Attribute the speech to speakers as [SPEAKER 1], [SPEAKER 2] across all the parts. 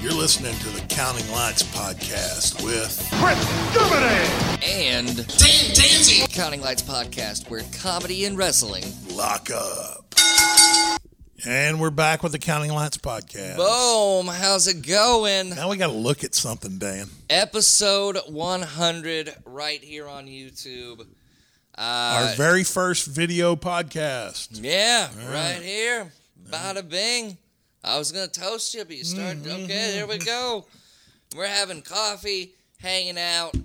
[SPEAKER 1] You're listening to the Counting Lights podcast with
[SPEAKER 2] Chris Dumity!
[SPEAKER 3] and
[SPEAKER 4] Dan Danzy.
[SPEAKER 3] Counting Lights podcast, where comedy and wrestling.
[SPEAKER 1] Lock Up. And we're back with the Counting Lights podcast.
[SPEAKER 3] Boom! How's it going?
[SPEAKER 1] Now we got to look at something, Dan.
[SPEAKER 3] Episode 100 right here on YouTube. Uh,
[SPEAKER 1] Our very first video podcast.
[SPEAKER 3] Yeah, right here. Bada bing. I was gonna toast you, but you started. Okay, there we go. We're having coffee, hanging out,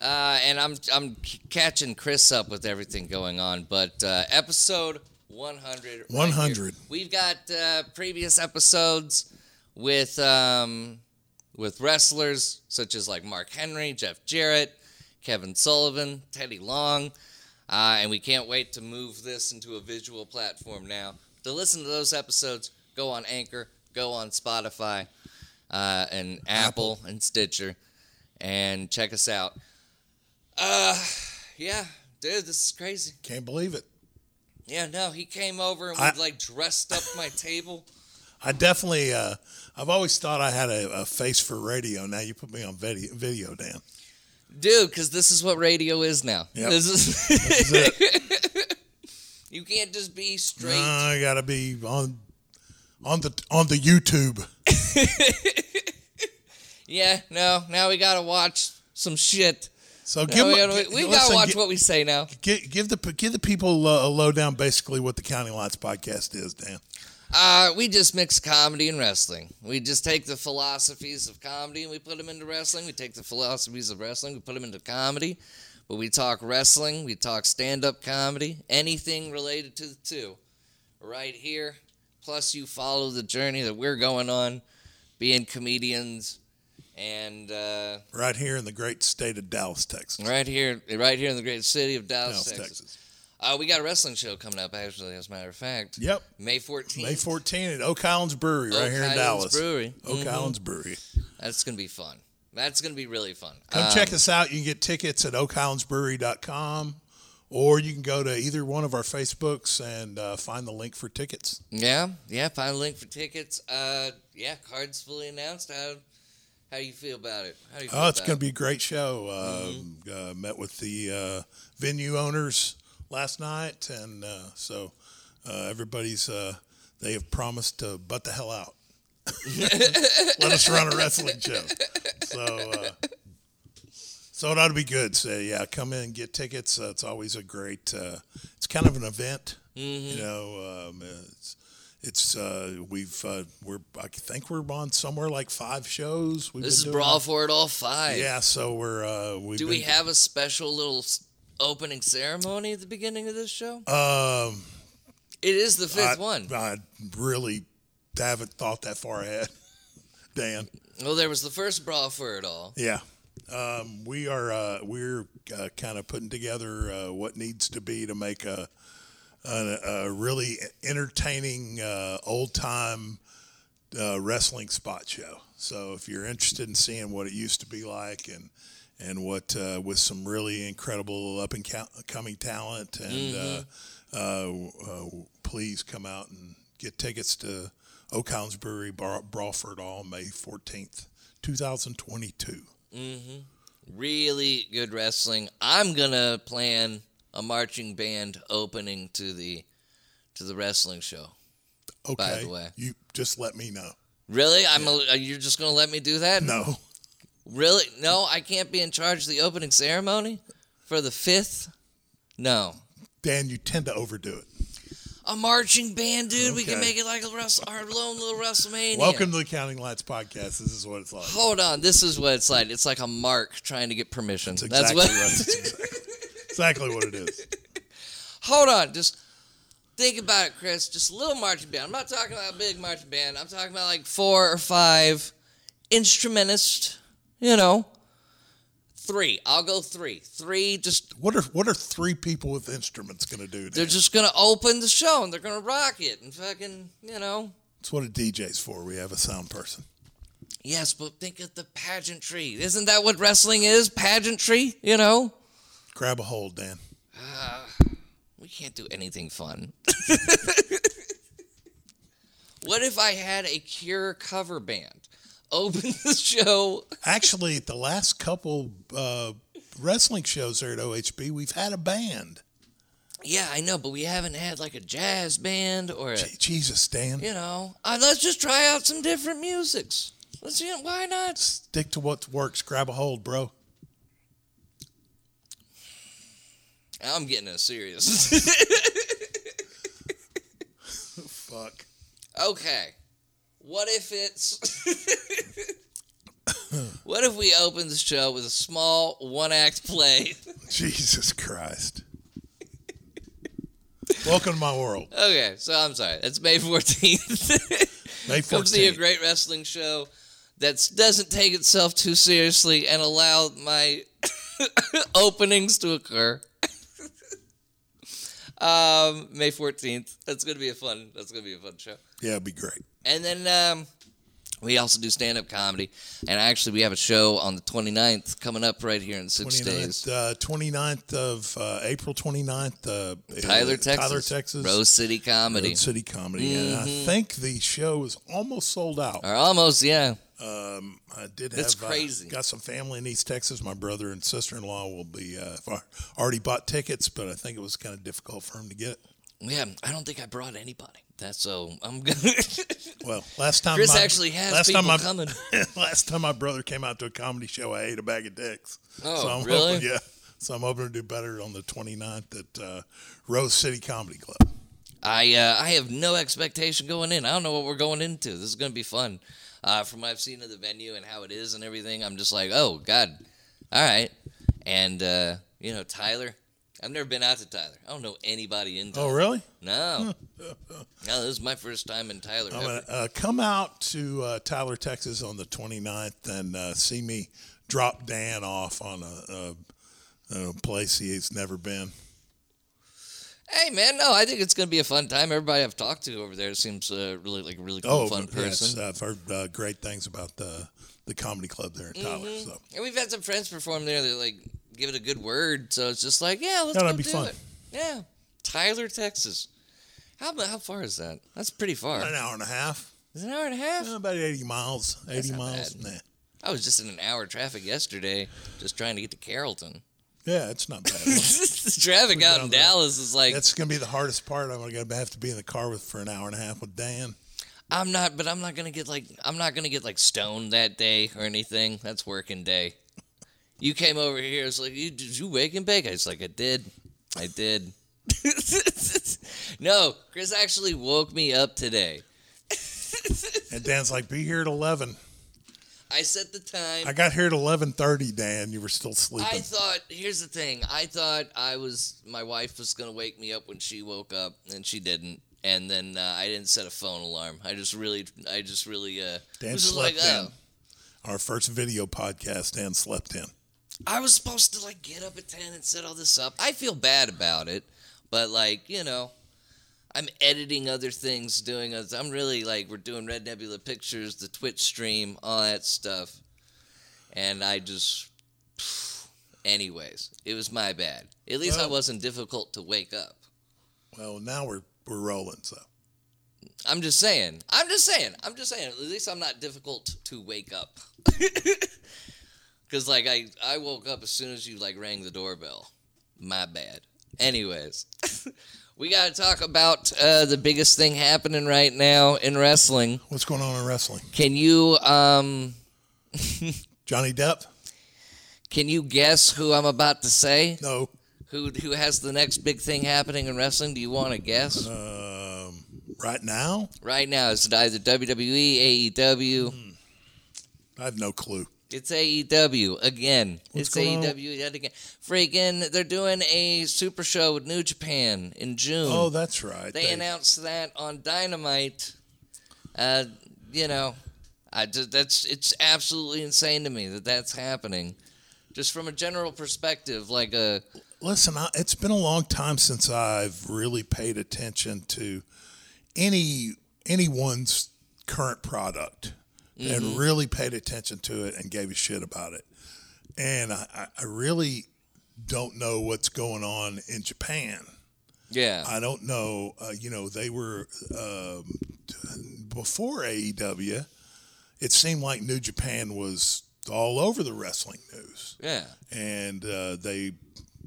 [SPEAKER 3] uh, and I'm I'm c- catching Chris up with everything going on. But uh, episode 100. right here.
[SPEAKER 1] 100.
[SPEAKER 3] We've got uh, previous episodes with um, with wrestlers such as like Mark Henry, Jeff Jarrett, Kevin Sullivan, Teddy Long. Uh, and we can't wait to move this into a visual platform now. To listen to those episodes, go on Anchor, go on Spotify, uh, and Apple, and Stitcher, and check us out. Uh, yeah, dude, this is crazy.
[SPEAKER 1] Can't believe it.
[SPEAKER 3] Yeah, no, he came over and we
[SPEAKER 1] I-
[SPEAKER 3] like dressed up my table.
[SPEAKER 1] I definitely, uh, I've always thought I had a, a face for radio. Now you put me on video, video Dan.
[SPEAKER 3] Dude, because this is what radio is now.
[SPEAKER 1] Yep.
[SPEAKER 3] This is
[SPEAKER 1] This is it.
[SPEAKER 3] you can't just be straight.
[SPEAKER 1] I gotta be on on the on the YouTube.
[SPEAKER 3] Yeah, no, now we gotta watch some shit.
[SPEAKER 1] So give
[SPEAKER 3] Now we
[SPEAKER 1] my-
[SPEAKER 3] gotta, Oh, we
[SPEAKER 1] listen,
[SPEAKER 3] gotta watch
[SPEAKER 1] gi-
[SPEAKER 3] what we say now.
[SPEAKER 1] gi- give the give the people uh, a lowdown. Basically, what the County Lights podcast is, Dan.
[SPEAKER 3] Uh, we just mix comedy and wrestling. We just take the philosophies of comedy and we put them into wrestling. We take the philosophies of wrestling, we put them into comedy. But we talk wrestling, we talk stand up comedy, anything related to the two right here. Plus, you follow the journey that we're going on, being comedians and uh,
[SPEAKER 1] Right here in the great state of Dallas, Texas.
[SPEAKER 3] right here, right here in the great city of Dallas,
[SPEAKER 1] Dallas,
[SPEAKER 3] Texas.
[SPEAKER 1] Texas.
[SPEAKER 3] Uh, we got a wrestling show coming up, actually, as a matter of fact.
[SPEAKER 1] Yep.
[SPEAKER 3] May 14th.
[SPEAKER 1] May 14 at Oak Islands Brewery, right here
[SPEAKER 3] Oak
[SPEAKER 1] in
[SPEAKER 3] Highlands
[SPEAKER 1] Dallas.
[SPEAKER 3] Brewery. Mm-hmm.
[SPEAKER 1] Oak Islands Brewery.
[SPEAKER 3] That's gonna be fun. That's gonna be really fun.
[SPEAKER 1] Come
[SPEAKER 3] Um,
[SPEAKER 1] check us out. You can get tickets at oakhighlandsbrewery.com or you can go to either one of our Facebooks and uh, find the link for tickets.
[SPEAKER 3] Yeah, yeah. Find a link for tickets. Uh, yeah, cards fully announced. How how do you feel about it? How do you feel
[SPEAKER 1] Oh, it's
[SPEAKER 3] about
[SPEAKER 1] going to be a great show. Um,
[SPEAKER 3] Mm-hmm.
[SPEAKER 1] uh, met with the uh, venue owners last night, and uh, so uh, everybody's uh, they have promised to butt the hell out. Let us run a wrestling show. So, uh, so it ought to be good. So yeah, come in, get tickets. Uh, it's always a great. Uh, it's kind of an event,
[SPEAKER 3] Mm-hmm.
[SPEAKER 1] you know. Um, it's it's uh, we've uh, we're I think we're on somewhere like five shows. We've
[SPEAKER 3] This is
[SPEAKER 1] been doing
[SPEAKER 3] brawl for it all five.
[SPEAKER 1] yeah, so we're uh, we've
[SPEAKER 3] Do
[SPEAKER 1] been,
[SPEAKER 3] we have a special little s- opening ceremony at the beginning of this show?
[SPEAKER 1] um
[SPEAKER 3] It is the fifth
[SPEAKER 1] I,
[SPEAKER 3] one.
[SPEAKER 1] I really haven't thought that far ahead, Dan.
[SPEAKER 3] Well, there was the first brawl for it all.
[SPEAKER 1] Yeah, um, we are uh, we're uh, kind of putting together uh, what needs to be to make a a, a really entertaining uh, old time uh, wrestling spot show. So if you're interested in seeing what it used to be like and and what uh, with some really incredible up and co- coming talent and
[SPEAKER 3] Mm-hmm.
[SPEAKER 1] uh, uh, w- uh, w- please come out and get tickets to Oak Hounds Brewery Bar- Brawford all May 14th 2022
[SPEAKER 3] Really good wrestling. I'm gonna plan a marching band opening to the to the wrestling show.
[SPEAKER 1] okay
[SPEAKER 3] the way.
[SPEAKER 1] you just let me know
[SPEAKER 3] Really? I'm a, you're just gonna let me do that?
[SPEAKER 1] no
[SPEAKER 3] Really? No, I can't be in charge of the opening ceremony for the fifth. No,
[SPEAKER 1] Dan you tend to overdo it
[SPEAKER 3] a marching band, dude. We can
[SPEAKER 1] Okay.
[SPEAKER 3] make it like a wrestle, our lone little WrestleMania.
[SPEAKER 1] welcome to the Counting Lights podcast this is what it's like
[SPEAKER 3] Hold on, this is what it's like. It's like a mark trying to get permission. That's,
[SPEAKER 1] exactly
[SPEAKER 3] what.
[SPEAKER 1] right. That's exactly, exactly what it is
[SPEAKER 3] Hold on, just think about it, Chris. Just a little marching band. I'm not talking about a big marching band. I'm talking about like four or five instrumentalists. You know, three. I'll go three. Three just
[SPEAKER 1] what are what are three people with instruments going to do
[SPEAKER 3] They're
[SPEAKER 1] Dan?
[SPEAKER 3] just gonna open the show and they're gonna rock it and fucking you know.
[SPEAKER 1] It's what a DJ's for. We have a sound person.
[SPEAKER 3] Yes, but think of the pageantry. Isn't that what wrestling is? Pageantry, you know?
[SPEAKER 1] Grab a hold, Dan.
[SPEAKER 3] We can't do anything fun. what if I had a cure cover band? opened the show.
[SPEAKER 1] Actually, at the last couple uh, wrestling shows there at OHB, we've had a band.
[SPEAKER 3] Yeah, I know, but we haven't had like a jazz band or a,
[SPEAKER 1] Je- Jesus, Dan,
[SPEAKER 3] you know, uh, let's just try out some different musics. Let's, you know, why not?
[SPEAKER 1] stick to what works. Grab a hold, bro.
[SPEAKER 3] I'm getting a serious.
[SPEAKER 1] Fuck.
[SPEAKER 3] okay. What if it's. what if we open the show with a small one act play?
[SPEAKER 1] Jesus Christ. Welcome to my world.
[SPEAKER 3] Okay, so I'm sorry. That's May 14th.
[SPEAKER 1] May
[SPEAKER 3] Come see a
[SPEAKER 1] 14th.
[SPEAKER 3] great wrestling show that doesn't take itself too seriously and allow my openings to occur. um, May 14th. That's gonna be a fun. That's gonna be a fun show.
[SPEAKER 1] Yeah, it'd be great.
[SPEAKER 3] And then um, we also do stand up comedy. And actually, we have a show on the 29th coming up right here in six
[SPEAKER 1] 29th,
[SPEAKER 3] days.
[SPEAKER 1] uh, 29th of uh, April 29th. Uh,
[SPEAKER 3] Tyler,
[SPEAKER 1] uh,
[SPEAKER 3] Texas.
[SPEAKER 1] Tyler, Texas.
[SPEAKER 3] Rose City Mm-hmm. Comedy.
[SPEAKER 1] Road City Comedy. And I think the show is almost sold out.
[SPEAKER 3] Or almost, yeah.
[SPEAKER 1] I did
[SPEAKER 3] That's
[SPEAKER 1] have uh,
[SPEAKER 3] crazy.
[SPEAKER 1] got some family in East Texas. My brother and sister in law will be uh, far- already bought tickets, but I think it was kind of difficult for him to get it.
[SPEAKER 3] Yeah, I don't think I brought anybody. That's so I'm gonna.
[SPEAKER 1] Well, last time
[SPEAKER 3] Chris
[SPEAKER 1] my-
[SPEAKER 3] actually has
[SPEAKER 1] last
[SPEAKER 3] people
[SPEAKER 1] time my,
[SPEAKER 3] coming.
[SPEAKER 1] last time my brother came out to a comedy show, I ate a bag of dicks.
[SPEAKER 3] Oh,
[SPEAKER 1] so I'm
[SPEAKER 3] really?
[SPEAKER 1] Hoping, yeah. So I'm hoping to do better on the 29th at uh, Rose City Comedy Club.
[SPEAKER 3] I uh, I have no expectation going in. I don't know what we're going into. This is going to be fun. Uh, from what I've seen of the venue and how it is and everything, I'm just like, oh god, all right. And uh, you know, Tyler, I've never been out to Tyler. I don't know anybody in. Tyler.
[SPEAKER 1] Oh, really?
[SPEAKER 3] No, no, this is my first time in Tyler.
[SPEAKER 1] I'm
[SPEAKER 3] ever.
[SPEAKER 1] gonna, uh, come out to uh, Tyler, Texas on the 29th and uh, see me drop Dan off on a, a, a place he's never been.
[SPEAKER 3] Hey man, no, I think it's going to be a fun time. Everybody I've talked to over there seems uh, really like a really cool,
[SPEAKER 1] Oh,
[SPEAKER 3] fun
[SPEAKER 1] yes,
[SPEAKER 3] person.
[SPEAKER 1] I've heard uh, great things about the the comedy club there in Tyler. So
[SPEAKER 3] And we've had some friends perform there that like give it a good word. So it's just like, yeah, let's
[SPEAKER 1] No,
[SPEAKER 3] go
[SPEAKER 1] that'd be
[SPEAKER 3] do
[SPEAKER 1] fun.
[SPEAKER 3] it. Yeah, Tyler, Texas. How how far is that? That's pretty far.
[SPEAKER 1] an hour and a half,
[SPEAKER 3] It's an hour and a half.
[SPEAKER 1] uh, about 80 miles, 80
[SPEAKER 3] not
[SPEAKER 1] miles.
[SPEAKER 3] bad.
[SPEAKER 1] Nah.
[SPEAKER 3] I was just in an hour of traffic yesterday, just trying to get to Carrollton.
[SPEAKER 1] Yeah, it's not bad.
[SPEAKER 3] the traffic out
[SPEAKER 1] down
[SPEAKER 3] in
[SPEAKER 1] there.
[SPEAKER 3] Dallas is like
[SPEAKER 1] That's going to be the hardest part. I'm going to have to be in the car with for an hour and a half with Dan.
[SPEAKER 3] I'm not, but I'm not gonna get like I'm not gonna get like stoned that day or anything. That's working day. You came over here. It's like you did you wake and bake? I was like I did, I did. no, Chris actually woke me up today.
[SPEAKER 1] And Dan's like, "Be here at 11."
[SPEAKER 3] I set the time.
[SPEAKER 1] I got here at 11:30, Dan. You were still
[SPEAKER 3] I
[SPEAKER 1] sleeping.
[SPEAKER 3] thought here's the thing. I thought I was my wife was gonna wake me up when she woke up, and she didn't. And then uh, I didn't set a phone alarm. I just really, I just really uh,
[SPEAKER 1] Dan
[SPEAKER 3] was just
[SPEAKER 1] slept
[SPEAKER 3] like, oh,
[SPEAKER 1] in. Our first video podcast, Dan slept in.
[SPEAKER 3] I was supposed to like get up at ten and set all this up. I feel bad about it, but like you know, I'm editing other things, doing others. I'm really like we're doing Red Nebula Pictures, the Twitch stream, all that stuff, and I just. Anyways, it was my bad. At least I
[SPEAKER 1] Well-
[SPEAKER 3] wasn't difficult to wake up.
[SPEAKER 1] Well, now we're we're rolling. So
[SPEAKER 3] I'm just saying. I'm just saying. I'm just saying. At least I'm not difficult to wake up. Cause like I, I woke up as soon as you like rang the doorbell. My bad. Anyways, we gotta talk about uh, the biggest thing happening right now in wrestling.
[SPEAKER 1] what's going on in wrestling?
[SPEAKER 3] Can you um
[SPEAKER 1] Johnny Depp?
[SPEAKER 3] can you guess who I'm about to say?
[SPEAKER 1] No.
[SPEAKER 3] Who who has the next big thing happening in wrestling? Do you want to guess?
[SPEAKER 1] Um, right now,
[SPEAKER 3] Right now, it's either E, WWE, AEW.
[SPEAKER 1] I have no clue.
[SPEAKER 3] It's AEW again.
[SPEAKER 1] What's
[SPEAKER 3] it's
[SPEAKER 1] going on?
[SPEAKER 3] AEW yet again. Freaking, they're doing a super show with New Japan in June.
[SPEAKER 1] Oh, that's right.
[SPEAKER 3] they, announced that on Dynamite. Uh, you know, I just, that's it's absolutely insane to me that that's happening. Just from a general perspective, like a
[SPEAKER 1] Listen, I, it's been a long time since I've really paid attention to any anyone's current product
[SPEAKER 3] Mm-hmm.
[SPEAKER 1] and really paid attention to it and gave a shit about it. And I, I- I really don't know what's going on in Japan.
[SPEAKER 3] yeah,
[SPEAKER 1] I don't know. Uh, you know, they were um, before AEW. E it seemed like New Japan was all over the wrestling news,
[SPEAKER 3] Yeah.
[SPEAKER 1] and uh, they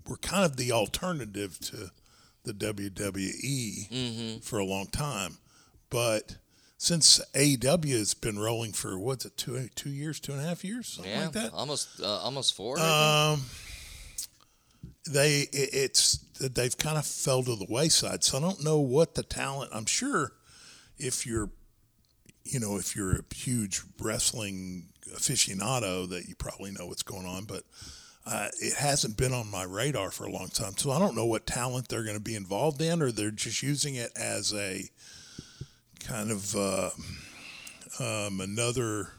[SPEAKER 1] were kind of the alternative to the WWE for a long time. But since AEW has been rolling for what's it two two years, two and a half years, something
[SPEAKER 3] Yeah.
[SPEAKER 1] like that.
[SPEAKER 3] Almost uh, almost four.
[SPEAKER 1] they it, it's they've kind of fell to the wayside. So I don't know what the talent. I'm sure if you're you know if you're a huge wrestling aficionado that you probably know what's going on, but uh, it hasn't been on my radar for a long time. So I don't know what talent they're going to be involved in, or they're just using it as a kind of uh, um, another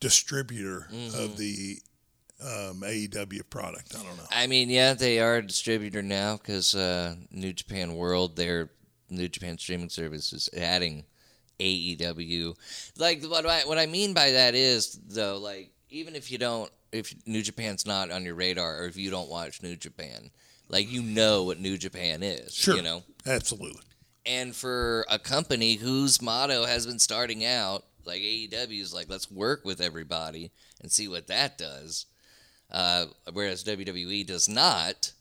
[SPEAKER 1] distributor of the um, AEW product. I don't know.
[SPEAKER 3] I mean, yeah, they are a distributor now because uh, New Japan World, their New Japan streaming service, is adding AEW. Like what I what I mean by that is though, like even if you don't, if New Japan's not on your radar, or if you don't watch New Japan, like you know what New Japan is,
[SPEAKER 1] Sure.
[SPEAKER 3] you know.
[SPEAKER 1] Absolutely.
[SPEAKER 3] And for a company whose motto has been starting out like AEW is like, let's work with everybody and see what that does, uh, whereas WWE does not.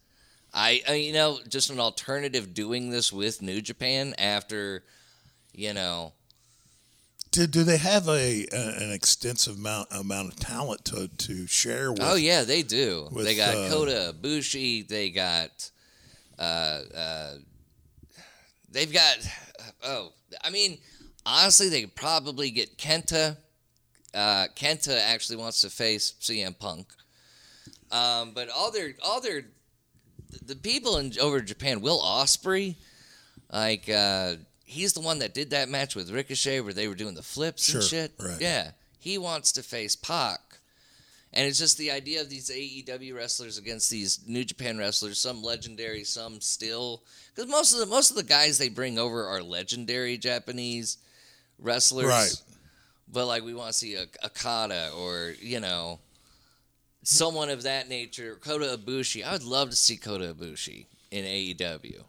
[SPEAKER 3] I, I, you know, just an alternative doing this with New Japan after, you know,
[SPEAKER 1] Do, do they have a, a an extensive amount amount of talent to, to share with?
[SPEAKER 3] oh yeah, they do.
[SPEAKER 1] with,
[SPEAKER 3] they got
[SPEAKER 1] uh,
[SPEAKER 3] Kota Bushi. They got, uh, uh, they've got. Oh, I mean, honestly, they could probably get Kenta. Uh, Kenta actually wants to face CM Punk. Um, but all their all their the people in over in Japan, Will Osprey, like uh, he's the one that did that match with Ricochet where they were doing the flips and
[SPEAKER 1] Sure,
[SPEAKER 3] shit.
[SPEAKER 1] right.
[SPEAKER 3] Yeah, he wants to face Pac, and it's just the idea of these AEW wrestlers against these New Japan wrestlers, some legendary, some still, because most of the most of the guys they bring over are legendary Japanese wrestlers,
[SPEAKER 1] Right.
[SPEAKER 3] But like we want to see a Akada or you know someone of that nature, Kota Ibushi. I would love to see Kota Ibushi in E AEW.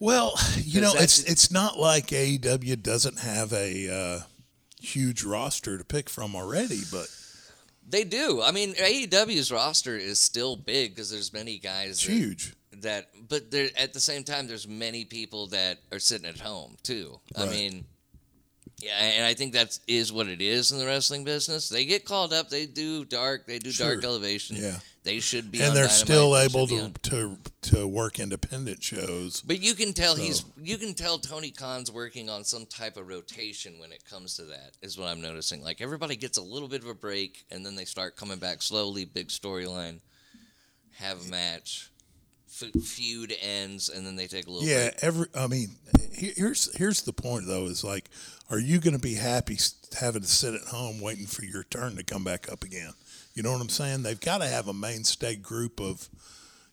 [SPEAKER 1] Well, you know,
[SPEAKER 3] that's-
[SPEAKER 1] it's it's not like AEW doesn't have a uh, huge roster to pick from already, but
[SPEAKER 3] They do. I mean, AEW's roster is still big because there's many guys
[SPEAKER 1] it's
[SPEAKER 3] that,
[SPEAKER 1] huge.
[SPEAKER 3] that, but there at the same time, there's many people that are sitting at home too. I
[SPEAKER 1] Right.
[SPEAKER 3] mean, yeah, and I think that is what it is in the wrestling business. They get called up. They do dark. They do dark
[SPEAKER 1] Sure.
[SPEAKER 3] elevation.
[SPEAKER 1] Yeah.
[SPEAKER 3] they should be. on
[SPEAKER 1] And they're
[SPEAKER 3] Dynamite,
[SPEAKER 1] still
[SPEAKER 3] they should
[SPEAKER 1] able
[SPEAKER 3] be
[SPEAKER 1] to,
[SPEAKER 3] on-
[SPEAKER 1] to to work independent shows.
[SPEAKER 3] But you can tell he's you can tell Tony Khan's working on some type of rotation when it comes to that is what I'm noticing. Like everybody gets a little bit of a break and then they start coming back slowly, big storyline, have a match, fe- feud ends and then they take a little
[SPEAKER 1] Yeah,
[SPEAKER 3] break.
[SPEAKER 1] every I mean, he- here's here's the point though is like, are you going to be happy s- having to sit at home waiting for your turn to come back up again? You know what I'm saying? They've got to have a mainstay group of,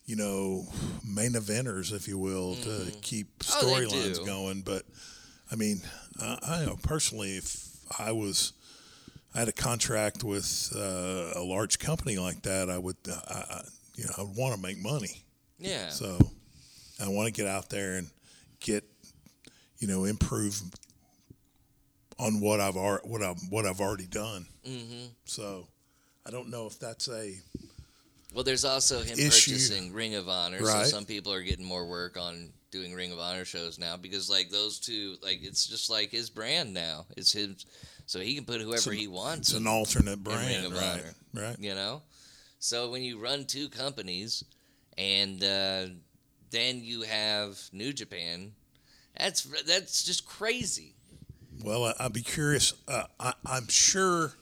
[SPEAKER 1] you know, main eventers, if you will, to keep
[SPEAKER 3] Oh, they
[SPEAKER 1] storylines
[SPEAKER 3] do.
[SPEAKER 1] going. But I mean, I, I know personally, if I was I had a contract with uh, a large company like that, I would, I, I, you know, I would want to make money.
[SPEAKER 3] Yeah.
[SPEAKER 1] So I want to get out there and get, you know, improve on what I've already what I've what I've already done. Mm-hmm. So I don't know if that's a
[SPEAKER 3] Well, there's also him
[SPEAKER 1] Issue.
[SPEAKER 3] purchasing Ring of Honor, so
[SPEAKER 1] Right.
[SPEAKER 3] some people are getting more work on doing Ring of Honor shows now because like those two, like it's just like his brand now. It's his, so he can put whoever he wants.
[SPEAKER 1] it's an alternate
[SPEAKER 3] Ring
[SPEAKER 1] brand,
[SPEAKER 3] of
[SPEAKER 1] right?
[SPEAKER 3] Honor.
[SPEAKER 1] Right.
[SPEAKER 3] you know so when you run two companies and uh, then you have new japan that's that's just crazy
[SPEAKER 1] Well, I, I'd be curious. Uh, I, I'm sure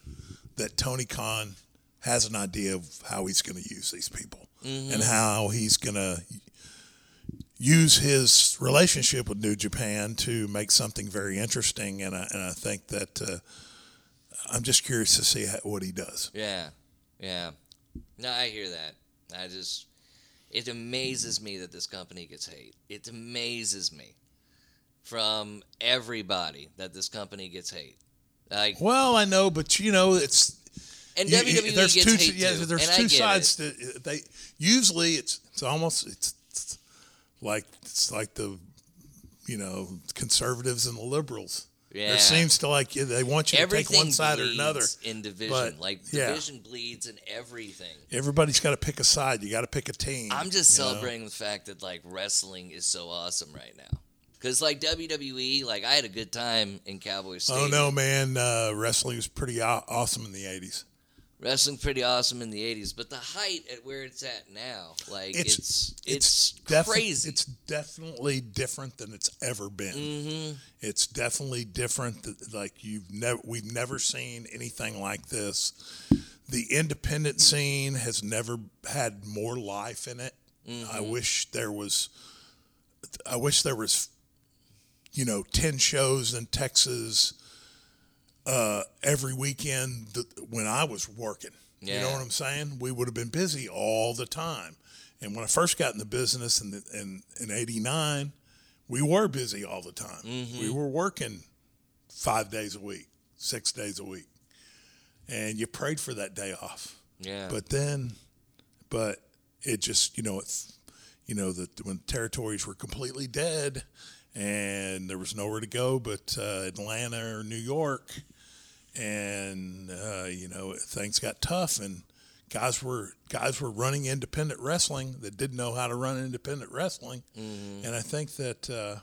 [SPEAKER 1] that Tony Khan has an idea of how he's going to use these people and how he's going to use his relationship with New Japan to make something very interesting. And I, and I think that uh, I'm just curious to see how, what he does.
[SPEAKER 3] yeah yeah no i hear that i just it amazes me that this company gets hate it amazes me from everybody that this company gets hate like
[SPEAKER 1] Well, I know, but you know, it's
[SPEAKER 3] and
[SPEAKER 1] You-
[SPEAKER 3] WWE
[SPEAKER 1] there's
[SPEAKER 3] E gets
[SPEAKER 1] two,
[SPEAKER 3] hate
[SPEAKER 1] yeah,
[SPEAKER 3] too,
[SPEAKER 1] there's
[SPEAKER 3] and I
[SPEAKER 1] two
[SPEAKER 3] get it.
[SPEAKER 1] sides to uh, they usually it's it's almost it's, it's like it's like the you know conservatives and the liberals
[SPEAKER 3] Yeah.
[SPEAKER 1] There seems to like they want you to take one side or
[SPEAKER 3] bleeds
[SPEAKER 1] another.
[SPEAKER 3] in division.
[SPEAKER 1] but,
[SPEAKER 3] like
[SPEAKER 1] yeah.
[SPEAKER 3] division bleeds in everything.
[SPEAKER 1] Everybody's got to pick a side. You got to pick a team.
[SPEAKER 3] I'm just
[SPEAKER 1] you know?
[SPEAKER 3] celebrating the fact that like wrestling is so awesome right now. Cause like WWE, like I had a good time in Cowboy
[SPEAKER 1] Oh
[SPEAKER 3] Stadium.
[SPEAKER 1] no, man! Uh, wrestling was pretty aw- awesome in the '80s.
[SPEAKER 3] Wrestling pretty awesome in the '80s, but the height at where it's at now, like it's it's,
[SPEAKER 1] defi-
[SPEAKER 3] crazy.
[SPEAKER 1] It's definitely different than it's ever been.
[SPEAKER 3] Mm-hmm.
[SPEAKER 1] It's definitely different. th- Like you've never, we've never seen anything like this. The independent scene has never had more life in it. I
[SPEAKER 3] Mm-hmm.
[SPEAKER 1] wish there was. I wish there was, you know, ten shows in Texas uh, every weekend th- when I was working. You know
[SPEAKER 3] Yeah.
[SPEAKER 1] what I'm saying? We would have been busy all the time. And when I first got in the business in the, in, in '89, we were busy all the time. We were working five days a week, six days a week, and you prayed for that day off.
[SPEAKER 3] yeah,
[SPEAKER 1] But then, but it just you know it's you know that when territories were completely dead and there was nowhere to go but uh, Atlanta or New York, and uh, you know things got tough and guys were guys were running independent wrestling that didn't know how to run independent wrestling, and I think that uh,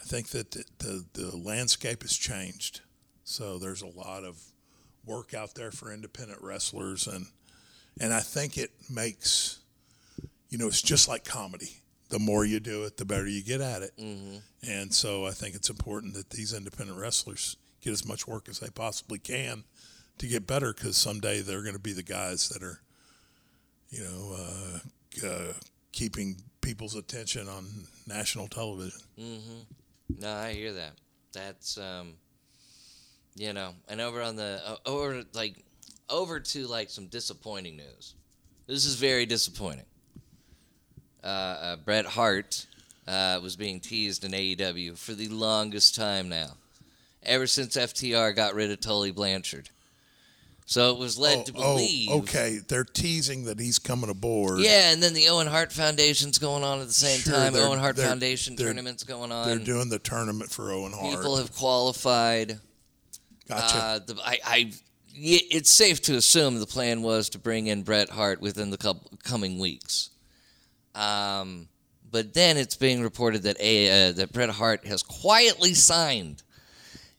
[SPEAKER 1] I think that the, the the landscape has changed. So there's a lot of work out there for independent wrestlers and and I think it makes you know it's just like comedy. The more you do it, the better you get at it.
[SPEAKER 3] Mm-hmm.
[SPEAKER 1] And so I think it's important that these independent wrestlers get as much work as they possibly can to get better because someday they're going to be the guys that are you know uh, c- uh, keeping people's attention on national television.
[SPEAKER 3] no, I hear that. That's um, you know, and over on the o- over like over to like some disappointing news. This is very disappointing. Uh, uh, Bret Hart uh, was being teased in AEW for the longest time now, ever since FTR got rid of Tully Blanchard. So it was led to believe.
[SPEAKER 1] Oh, okay. They're teasing that he's coming aboard.
[SPEAKER 3] Yeah, and then the Owen Hart Foundation's going on at the same
[SPEAKER 1] Sure,
[SPEAKER 3] time.
[SPEAKER 1] they're-
[SPEAKER 3] Owen Hart
[SPEAKER 1] they're-
[SPEAKER 3] Foundation
[SPEAKER 1] they're-
[SPEAKER 3] tournament's going
[SPEAKER 1] They're
[SPEAKER 3] on.
[SPEAKER 1] doing the tournament for Owen Hart.
[SPEAKER 3] People have qualified.
[SPEAKER 1] gotcha.
[SPEAKER 3] Uh, the, I, I, y- it's safe to assume the plan was to bring in Bret Hart within the couple, coming weeks. Um, but then it's being reported that a uh, that Bret Hart has quietly signed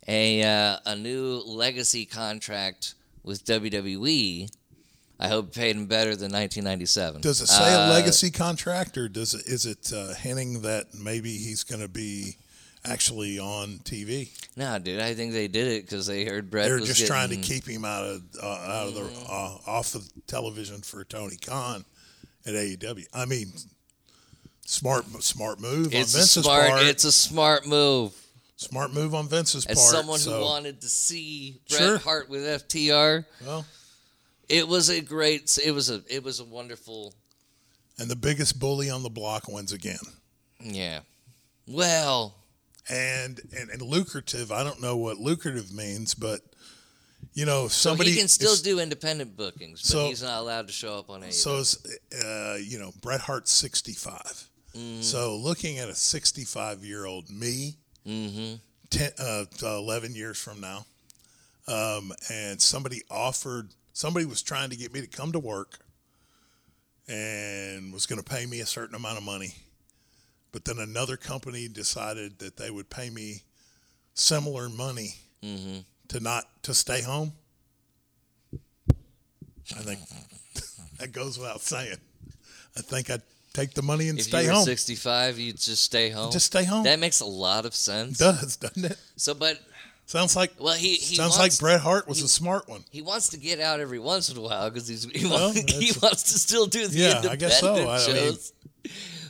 [SPEAKER 3] a uh, a new legacy contract with WWE. I hope it paid him better than 1997.
[SPEAKER 1] Does it say
[SPEAKER 3] Uh,
[SPEAKER 1] a legacy contract, or does it is it uh, hinting that maybe he's going to be actually on TV?
[SPEAKER 3] No, dude, I think they did it because they heard Bret
[SPEAKER 1] They're
[SPEAKER 3] was
[SPEAKER 1] just trying to
[SPEAKER 3] getting- Mm.
[SPEAKER 1] keep him out of uh, out of the uh, off of television for Tony Khan at AEW. I mean, smart smart move
[SPEAKER 3] It's
[SPEAKER 1] on
[SPEAKER 3] a
[SPEAKER 1] Vince's
[SPEAKER 3] smart.
[SPEAKER 1] part.
[SPEAKER 3] It's a smart move.
[SPEAKER 1] smart move on Vince's
[SPEAKER 3] As
[SPEAKER 1] part.
[SPEAKER 3] someone
[SPEAKER 1] so,
[SPEAKER 3] who wanted to see Bret
[SPEAKER 1] Sure.
[SPEAKER 3] Hart with FTR,
[SPEAKER 1] well,
[SPEAKER 3] it was a great. It was a. It was a wonderful.
[SPEAKER 1] and the biggest bully on the block wins again.
[SPEAKER 3] Yeah. Well,
[SPEAKER 1] And, and and lucrative. I don't know what lucrative means, but you know, if
[SPEAKER 3] so
[SPEAKER 1] somebody
[SPEAKER 3] he can still
[SPEAKER 1] if-
[SPEAKER 3] do independent bookings, but
[SPEAKER 1] So-
[SPEAKER 3] he's not allowed to show up on AEW.
[SPEAKER 1] So, it's, uh, you know, Bret Hart's 65. So, looking at a 65 year old me, 10, uh, 11 years from now, um, and somebody offered, somebody was trying to get me to come to work and was going to pay me a certain amount of money. But then another company decided that they would pay me similar money
[SPEAKER 3] Mm-hmm.
[SPEAKER 1] to not to stay home. I think that goes without saying. I think I'd take the money and
[SPEAKER 3] if
[SPEAKER 1] stay
[SPEAKER 3] you were
[SPEAKER 1] home.
[SPEAKER 3] 65, you'd just stay home.
[SPEAKER 1] Just stay home.
[SPEAKER 3] That makes a lot of sense.
[SPEAKER 1] Does doesn't it?
[SPEAKER 3] So, but
[SPEAKER 1] Sounds like
[SPEAKER 3] well, he, he
[SPEAKER 1] sounds like
[SPEAKER 3] wants,
[SPEAKER 1] Bret Hart was
[SPEAKER 3] he-
[SPEAKER 1] a smart one.
[SPEAKER 3] He wants to get out every once in a while because he's he,
[SPEAKER 1] Well,
[SPEAKER 3] wants, he
[SPEAKER 1] that's-
[SPEAKER 3] wants to still do the
[SPEAKER 1] Yeah, I
[SPEAKER 3] independent
[SPEAKER 1] guess so. I mean-
[SPEAKER 3] shows.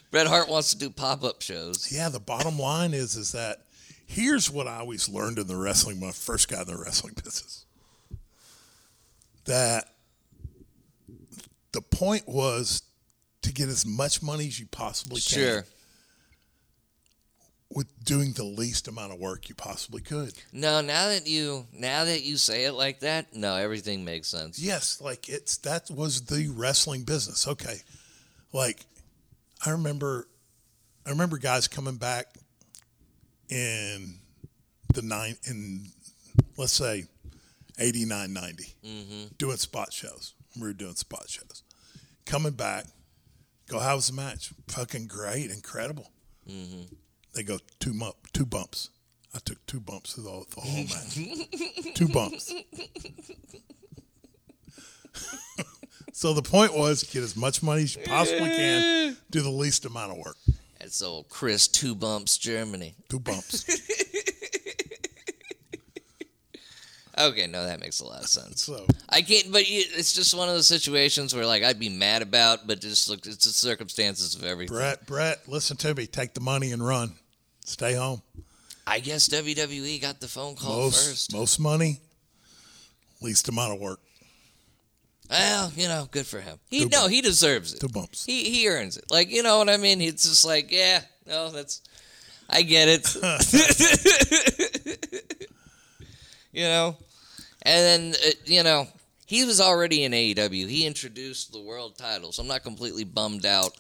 [SPEAKER 3] Bret Hart wants to do pop up shows.
[SPEAKER 1] Yeah. The bottom line is is that here's what I always learned in the wrestling when I first got in the wrestling business. That the point was to get as much money as you possibly can
[SPEAKER 3] Sure.
[SPEAKER 1] with doing the least amount of work you possibly could.
[SPEAKER 3] No, now that you now that you say it like that, no, everything makes sense.
[SPEAKER 1] Yes, like it's that was the wrestling business. Okay. Like I remember I remember guys coming back in the nine in let's say 89 90 doing spot shows we were doing spot shows coming back go how was the match fucking great incredible they go two bump, two bumps i took two bumps through the, the whole match two bumps so the point was get as much money as you possibly can do the least amount of work
[SPEAKER 3] That's old Chris Two Bumps Germany.
[SPEAKER 1] two bumps
[SPEAKER 3] Okay, no, that makes a lot of sense.
[SPEAKER 1] so
[SPEAKER 3] I can't, but you, it's just one of those situations where like I'd be mad about, but just look, it's the circumstances of everything.
[SPEAKER 1] Brett, Brett, listen to me. Take the money and run. Stay home.
[SPEAKER 3] I guess WWE got the phone call
[SPEAKER 1] most
[SPEAKER 3] first.
[SPEAKER 1] most money, least amount of work.
[SPEAKER 3] Well, you know, good for him. He
[SPEAKER 1] Two
[SPEAKER 3] no, he deserves it.
[SPEAKER 1] Two bumps.
[SPEAKER 3] He he earns it. Like you know what I mean. It's just like yeah, no, that's I get it. you know, and then uh, you know he was already in AEW. He introduced the world title, so I'm not completely bummed out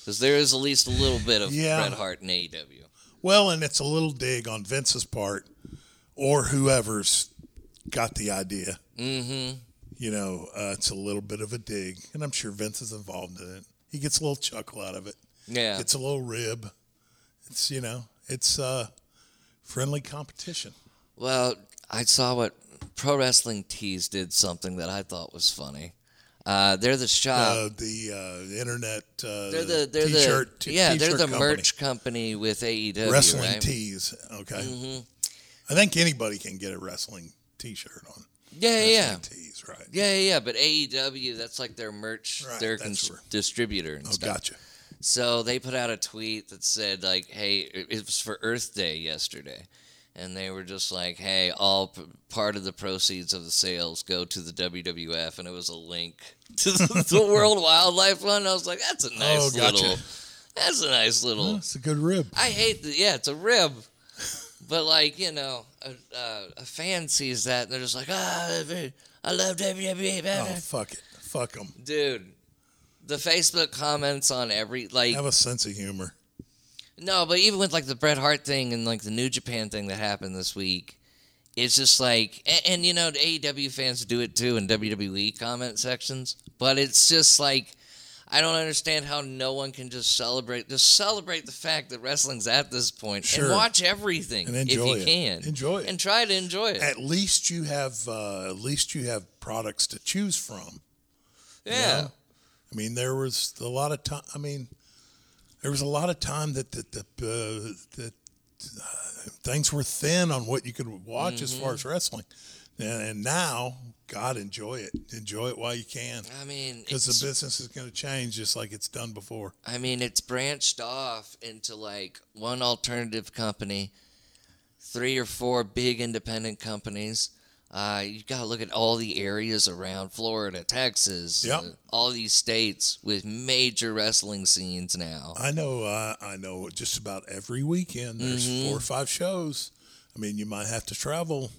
[SPEAKER 3] because there is at least a little bit of
[SPEAKER 1] Yeah.
[SPEAKER 3] Bret Hart in E AEW.
[SPEAKER 1] Well, and it's a little dig on Vince's part, or whoever's got the idea. Mm-hmm. You know, uh, it's a little bit of a dig, and I'm sure Vince is involved in it. He gets a little chuckle out of it.
[SPEAKER 3] Yeah,
[SPEAKER 1] It's a little rib. It's you know, it's uh, friendly competition.
[SPEAKER 3] Well, I saw what Pro Wrestling Tees did something that I thought was funny. Uh, they're the shop.
[SPEAKER 1] Uh, the uh, internet. Uh,
[SPEAKER 3] they're the they're
[SPEAKER 1] t-shirt,
[SPEAKER 3] the yeah they're
[SPEAKER 1] t-shirt
[SPEAKER 3] the
[SPEAKER 1] company.
[SPEAKER 3] merch company with AEW.
[SPEAKER 1] wrestling
[SPEAKER 3] right? Mm-hmm.
[SPEAKER 1] tees. Okay. I think anybody can get a wrestling t-shirt on.
[SPEAKER 3] Yeah, yeah, yeah.
[SPEAKER 1] Tees, right?
[SPEAKER 3] Yeah, yeah, yeah, but AEW, that's like their merch,
[SPEAKER 1] Right,
[SPEAKER 3] their
[SPEAKER 1] that's
[SPEAKER 3] cons-
[SPEAKER 1] where-
[SPEAKER 3] distributor and
[SPEAKER 1] Oh,
[SPEAKER 3] stuff.
[SPEAKER 1] gotcha.
[SPEAKER 3] So they put out a tweet that said like, "Hey, it it was for Earth Day yesterday." And they were just like, "Hey, all p- part of the proceeds of the sales go to the WWF," and it was a link to the, the World Wildlife Fund. I was like, "That's a nice
[SPEAKER 1] Oh, gotcha.
[SPEAKER 3] little, that's a nice little."
[SPEAKER 1] That's a good rib.
[SPEAKER 3] I hate the yeah, it's a rib, but like you know, a, uh, a fan sees that and they're just like, "Ah, I love WWE."
[SPEAKER 1] Oh,
[SPEAKER 3] man."
[SPEAKER 1] fuck it. Fuck them.
[SPEAKER 3] Dude, the Facebook comments on every like
[SPEAKER 1] Have a sense of humor.
[SPEAKER 3] No, but even with like the Bret Hart thing and like the New Japan thing that happened this week, it's just like, and, and you know, the AEW fans do it too in WWE comment sections, but it's just like, I don't understand how no one can just celebrate, just celebrate the fact that wrestling's at this point
[SPEAKER 1] Sure.
[SPEAKER 3] and watch everything
[SPEAKER 1] And enjoy
[SPEAKER 3] if you
[SPEAKER 1] it.
[SPEAKER 3] can,
[SPEAKER 1] Enjoy it.
[SPEAKER 3] and try to enjoy it.
[SPEAKER 1] At least you have. Uh, at least you have products to choose from.
[SPEAKER 3] yeah,
[SPEAKER 1] know? I mean, there was a lot of time. I mean, there was a lot of time that that, that, uh, that uh, things were thin on what you could watch as far as wrestling, and, and now, God, enjoy it. Enjoy it while you can,
[SPEAKER 3] I mean,
[SPEAKER 1] because
[SPEAKER 3] it's-
[SPEAKER 1] the business is going to change just like it's done before.
[SPEAKER 3] I mean, it's branched off into like one alternative company, three or four big independent companies. Uh, you got to look at all the areas around Florida, Texas,
[SPEAKER 1] Yep.
[SPEAKER 3] uh, all these states with major wrestling scenes now.
[SPEAKER 1] I know. Uh, I know. Just about every weekend, there's
[SPEAKER 3] Mm-hmm.
[SPEAKER 1] four or five shows. I mean, you might have to travel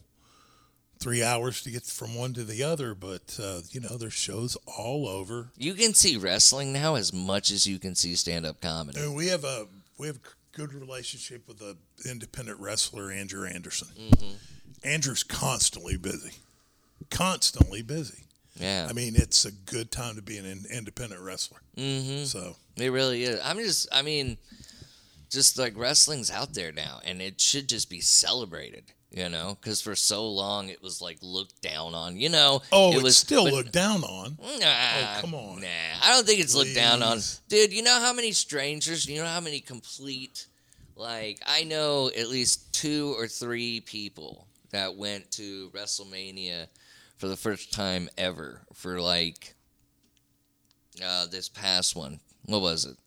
[SPEAKER 1] three hours to get from one to the other, but uh, you know, there's shows all over.
[SPEAKER 3] You can see wrestling now as much as you can see stand up comedy.
[SPEAKER 1] I mean, we have a we have a good relationship with the independent wrestler Andrew Anderson.
[SPEAKER 3] Mm-hmm.
[SPEAKER 1] Andrew's constantly busy, constantly busy.
[SPEAKER 3] Yeah.
[SPEAKER 1] I mean, it's a good time to be an in- independent wrestler. Mm-hmm. So
[SPEAKER 3] It really is. I'm just, I mean, just like wrestling's out there now, and it should just be celebrated, you know? Because for so long it was like looked down on, you know?
[SPEAKER 1] oh,
[SPEAKER 3] it
[SPEAKER 1] it's
[SPEAKER 3] was
[SPEAKER 1] still
[SPEAKER 3] but-
[SPEAKER 1] looked down on.
[SPEAKER 3] Nah,
[SPEAKER 1] Oh, come on.
[SPEAKER 3] Nah, I don't think it's looked down on.
[SPEAKER 1] Please.
[SPEAKER 3] Dude, you know how many strangers, you know how many complete, like, I know at least two or three people that went to WrestleMania for the first time ever for like uh, this past one. What was it?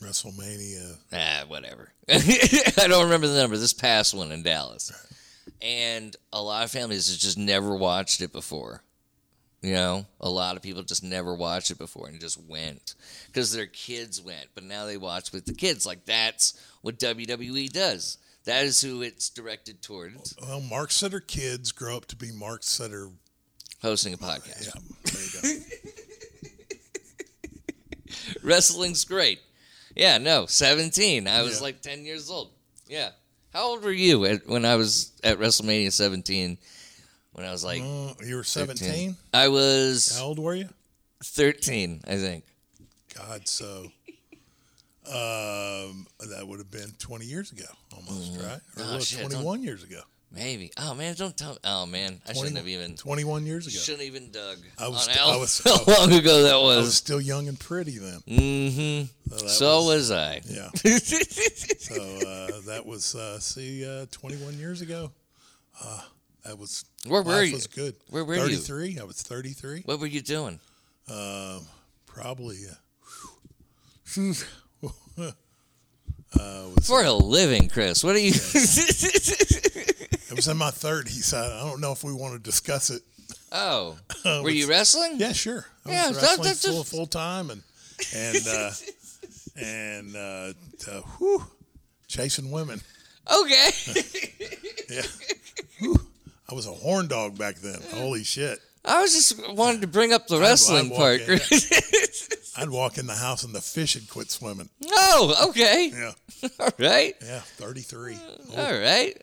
[SPEAKER 1] WrestleMania.
[SPEAKER 3] ah, whatever. I don't remember the number. This past one in Dallas, and a lot of families has just never watched it before. You know, a lot of people just never watched it before and just went because their kids went, but now they watch with the kids. Like that's what WWE does. That is who it's directed towards.
[SPEAKER 1] Well, Mark Sitter kids grow up to be Mark Sitter.
[SPEAKER 3] Hosting a podcast,
[SPEAKER 1] Yeah, there you go.
[SPEAKER 3] wrestling's great. Yeah, no, seventeen. I was
[SPEAKER 1] Yeah.
[SPEAKER 3] like ten years old. Yeah, How old were you at, when I was at WrestleMania 17? When I was like
[SPEAKER 1] Uh, you were 17?
[SPEAKER 3] I
[SPEAKER 1] How
[SPEAKER 3] was
[SPEAKER 1] old were you?
[SPEAKER 3] 13, I think.
[SPEAKER 1] God, so um, that would have been 20 years ago almost, right? Or
[SPEAKER 3] Oh,
[SPEAKER 1] was it
[SPEAKER 3] shit, don't-
[SPEAKER 1] 21 years ago.
[SPEAKER 3] Maybe. Oh man, don't tell. Oh man, I shouldn't have even.
[SPEAKER 1] 21 years ago.
[SPEAKER 3] Shouldn't have even dug.
[SPEAKER 1] I was-
[SPEAKER 3] on how,
[SPEAKER 1] I was-
[SPEAKER 3] how long ago that
[SPEAKER 1] I was
[SPEAKER 3] was.
[SPEAKER 1] still young and pretty then.
[SPEAKER 3] mm-hmm.
[SPEAKER 1] that
[SPEAKER 3] so was, I.
[SPEAKER 1] Yeah. So uh, that was, uh, see, uh, 21 years ago. Uh, that was,
[SPEAKER 3] Where were
[SPEAKER 1] life
[SPEAKER 3] you?
[SPEAKER 1] was good.
[SPEAKER 3] Where were you?
[SPEAKER 1] 33. I was 33.
[SPEAKER 3] what were you doing?
[SPEAKER 1] Um, probably. Uh, uh, was
[SPEAKER 3] For a living, Chris. What are you?
[SPEAKER 1] It was in my 30s. I I don't know if we want to discuss it.
[SPEAKER 3] oh, were you wrestling?
[SPEAKER 1] Yeah, sure. I
[SPEAKER 3] Yeah,
[SPEAKER 1] was
[SPEAKER 3] that-
[SPEAKER 1] wrestling
[SPEAKER 3] that's
[SPEAKER 1] full
[SPEAKER 3] just-
[SPEAKER 1] full time and and uh, and uh, uh, whew, chasing women.
[SPEAKER 3] Okay.
[SPEAKER 1] Yeah, Whew. I was a horn dog back then. Holy shit!
[SPEAKER 3] I was just wanted to bring up the wrestling
[SPEAKER 1] I'd walk
[SPEAKER 3] part.
[SPEAKER 1] in.
[SPEAKER 3] Chris.
[SPEAKER 1] I'd walk in the house and the fish had quit swimming.
[SPEAKER 3] oh, okay.
[SPEAKER 1] Yeah,
[SPEAKER 3] All right.
[SPEAKER 1] yeah, 33.
[SPEAKER 3] All right.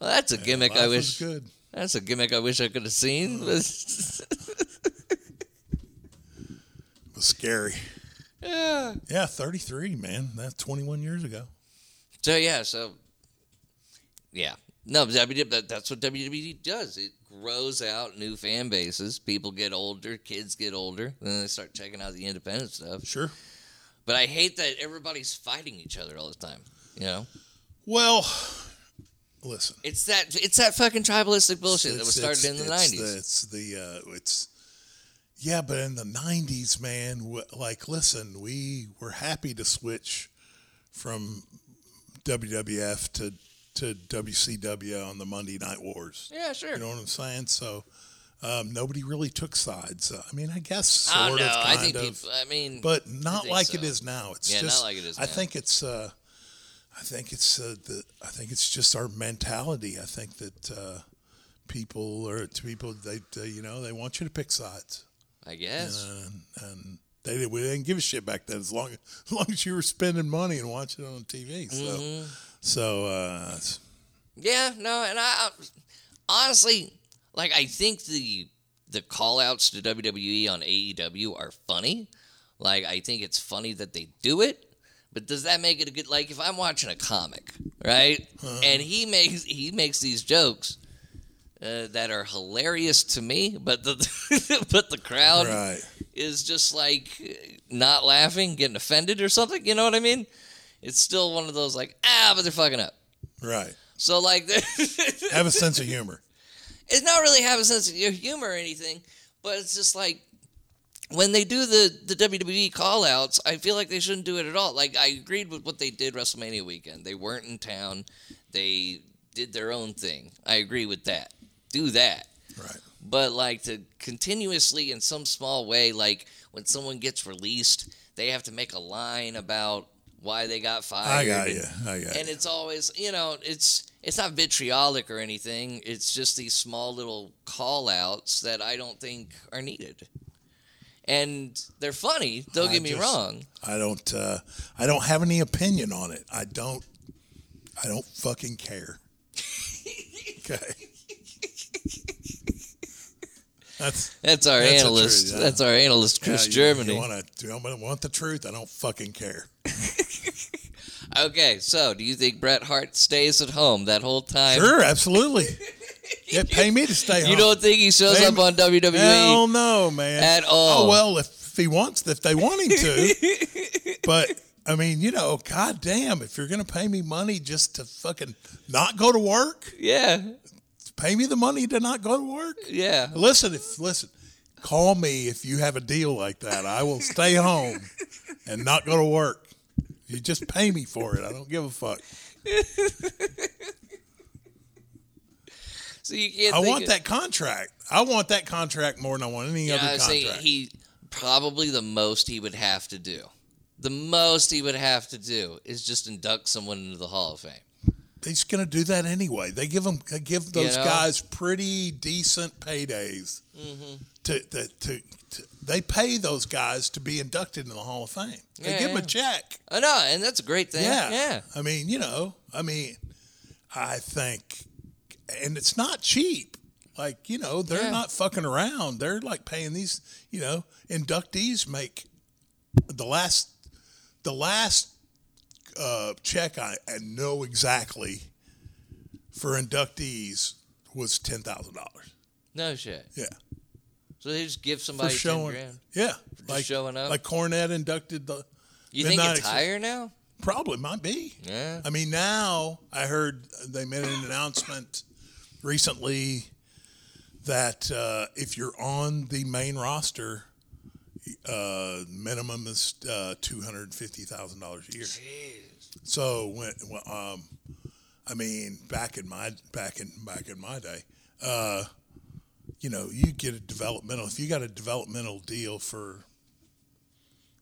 [SPEAKER 3] Well, that's a gimmick.
[SPEAKER 1] Life
[SPEAKER 3] I
[SPEAKER 1] was
[SPEAKER 3] wish.
[SPEAKER 1] good. Mm.
[SPEAKER 3] That's a gimmick. I wish I could have seen.
[SPEAKER 1] It was scary.
[SPEAKER 3] yeah.
[SPEAKER 1] Yeah, 33, man. That's 21 years ago.
[SPEAKER 3] So yeah, so yeah, no, WWE, E, that, that's what WWE does. It grows out new fan bases. People get older, kids get older, then they start checking out the independent stuff.
[SPEAKER 1] Sure.
[SPEAKER 3] But I hate that everybody's fighting each other all the time. You know,
[SPEAKER 1] Well, listen.
[SPEAKER 3] it's that it's that fucking tribalistic bullshit that was started in the
[SPEAKER 1] it's
[SPEAKER 3] nineties.
[SPEAKER 1] The, it's the uh, it's yeah, but in the nineties, man, w- like listen, we were happy to switch from WWF to to WCW on the Monday Night Wars.
[SPEAKER 3] yeah, sure.
[SPEAKER 1] You know what I'm saying? So um, nobody really took sides. Uh, I mean, I guess
[SPEAKER 3] I
[SPEAKER 1] sort
[SPEAKER 3] don't
[SPEAKER 1] of,
[SPEAKER 3] know.
[SPEAKER 1] kind
[SPEAKER 3] Oh, I think
[SPEAKER 1] of
[SPEAKER 3] people. I mean,
[SPEAKER 1] but not
[SPEAKER 3] think
[SPEAKER 1] like
[SPEAKER 3] so.
[SPEAKER 1] it is now. It's
[SPEAKER 3] Yeah, not
[SPEAKER 1] just
[SPEAKER 3] like it is
[SPEAKER 1] I
[SPEAKER 3] now.
[SPEAKER 1] think it's uh, I think it's uh, the I think it's just our mentality. I think that uh, people or to people they, they you know they want you to pick sides
[SPEAKER 3] I guess.
[SPEAKER 1] and and they didn't, we didn't give a shit back then as long as long as you were spending money and watching it on TV. So
[SPEAKER 3] Mm-hmm.
[SPEAKER 1] so uh, it's-
[SPEAKER 3] Yeah, no, and I I- honestly like I think the the call outs to WWE on AEW are funny. Like I think it's funny that they do it, but does that make it a good like if I'm watching a comic, right?
[SPEAKER 1] Uh-huh.
[SPEAKER 3] And he makes he makes these jokes uh, that are hilarious to me, but the but the crowd
[SPEAKER 1] right.
[SPEAKER 3] is just like not laughing, getting offended or something, you know what I mean? It's still one of those like ah, but they're fucking up.
[SPEAKER 1] Right.
[SPEAKER 3] So like
[SPEAKER 1] Have a sense of humor.
[SPEAKER 3] it's not really have a sense of humor or anything, but it's just like when they do the the WWE call outs, I feel like they shouldn't do it at all. Like I agreed with what they did WrestleMania weekend. They weren't in town. They did their own thing. I agree with that. Do that.
[SPEAKER 1] Right.
[SPEAKER 3] But like to continuously in some small way, like when someone gets released, they have to make a line about why they got
[SPEAKER 1] I,
[SPEAKER 3] fired.
[SPEAKER 1] got
[SPEAKER 3] and-
[SPEAKER 1] you. I got
[SPEAKER 3] and
[SPEAKER 1] you.
[SPEAKER 3] it's always you know it's it's not vitriolic or anything it's just these small little call outs that i don't think are needed and they're funny don't
[SPEAKER 1] I
[SPEAKER 3] get me
[SPEAKER 1] just-
[SPEAKER 3] wrong
[SPEAKER 1] I don't. Uh, I don't have any opinion on it. I don't. I don't fucking care. okay. That's
[SPEAKER 3] that's our
[SPEAKER 1] That's the
[SPEAKER 3] analyst
[SPEAKER 1] truth, yeah.
[SPEAKER 3] that's our analyst
[SPEAKER 1] yeah,
[SPEAKER 3] chris
[SPEAKER 1] you-
[SPEAKER 3] germany
[SPEAKER 1] You want to? You wanna want the truth? I don't fucking care.
[SPEAKER 3] okay so do you think bret hart stays at home that whole time
[SPEAKER 1] Sure, absolutely. Yeah, pay me to stay home.
[SPEAKER 3] you don't think he shows
[SPEAKER 1] They-
[SPEAKER 3] up on E? wwe
[SPEAKER 1] Hell no, man.
[SPEAKER 3] at all.
[SPEAKER 1] Oh well, if he wants, if they want him to. but I mean, you know, goddamn, if you're gonna pay me money just to fucking not go to work,
[SPEAKER 3] yeah
[SPEAKER 1] pay me the money to not go to work.
[SPEAKER 3] yeah
[SPEAKER 1] Listen, if listen, call me if you have a deal like that. I will stay home and not go to work. You just pay me for it. I don't give a fuck.
[SPEAKER 3] so you can't
[SPEAKER 1] I
[SPEAKER 3] think
[SPEAKER 1] want
[SPEAKER 3] it-
[SPEAKER 1] that contract. I want that contract more than I want any
[SPEAKER 3] Yeah,
[SPEAKER 1] other
[SPEAKER 3] I was thinking
[SPEAKER 1] contract.
[SPEAKER 3] he probably the most he would have to do. The most he would have to do is just induct someone into the Hall of Fame.
[SPEAKER 1] He's going to do that anyway. They give them they give those
[SPEAKER 3] know?
[SPEAKER 1] guys pretty decent paydays.
[SPEAKER 3] Mm-hmm.
[SPEAKER 1] To, to, to, to they pay those guys to be inducted in the Hall of Fame. They
[SPEAKER 3] Yeah,
[SPEAKER 1] give them
[SPEAKER 3] yeah.
[SPEAKER 1] a check.
[SPEAKER 3] Oh no, and that's a great thing.
[SPEAKER 1] Yeah.
[SPEAKER 3] Yeah.
[SPEAKER 1] I mean, you know, I mean, I think, and it's not cheap. Like you know, they're
[SPEAKER 3] Yeah.
[SPEAKER 1] not fucking around. They're like paying these. You know, inductees make the last the last uh, check I, I know exactly for inductees was ten thousand dollars.
[SPEAKER 3] No shit.
[SPEAKER 1] Yeah,
[SPEAKER 3] So they just give
[SPEAKER 1] for
[SPEAKER 3] somebody ten
[SPEAKER 1] showing.
[SPEAKER 3] grand.
[SPEAKER 1] Yeah, like
[SPEAKER 3] showing up?
[SPEAKER 1] Like Cornette inducted the.
[SPEAKER 3] You think
[SPEAKER 1] Midnight
[SPEAKER 3] it's
[SPEAKER 1] Express.
[SPEAKER 3] higher now?
[SPEAKER 1] Probably might be.
[SPEAKER 3] Yeah.
[SPEAKER 1] I mean, now I heard they made an announcement recently that uh, if you're on the main roster, uh, minimum is uh, two hundred fifty thousand dollars a year. So when, when um, I mean, back in my back in back in my day, uh, you know, you get a developmental. If you got a developmental deal for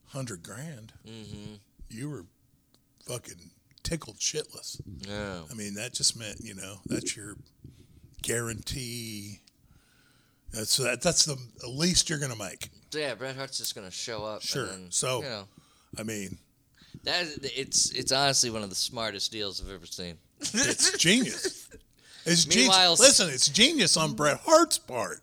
[SPEAKER 1] hundred grand, you were fucking tickled shitless.
[SPEAKER 3] No.
[SPEAKER 1] I mean, that just meant you know that's your guarantee. That's that, that's the least you're gonna make.
[SPEAKER 3] So yeah, Bret Hart's just gonna show up.
[SPEAKER 1] Sure.
[SPEAKER 3] And then,
[SPEAKER 1] So-
[SPEAKER 3] you know,
[SPEAKER 1] I mean,
[SPEAKER 3] that is- it's it's honestly one of the smartest deals I've ever seen.
[SPEAKER 1] it's genius. It's
[SPEAKER 3] Meanwhile-
[SPEAKER 1] genius. Listen, it's genius on Bret Hart's part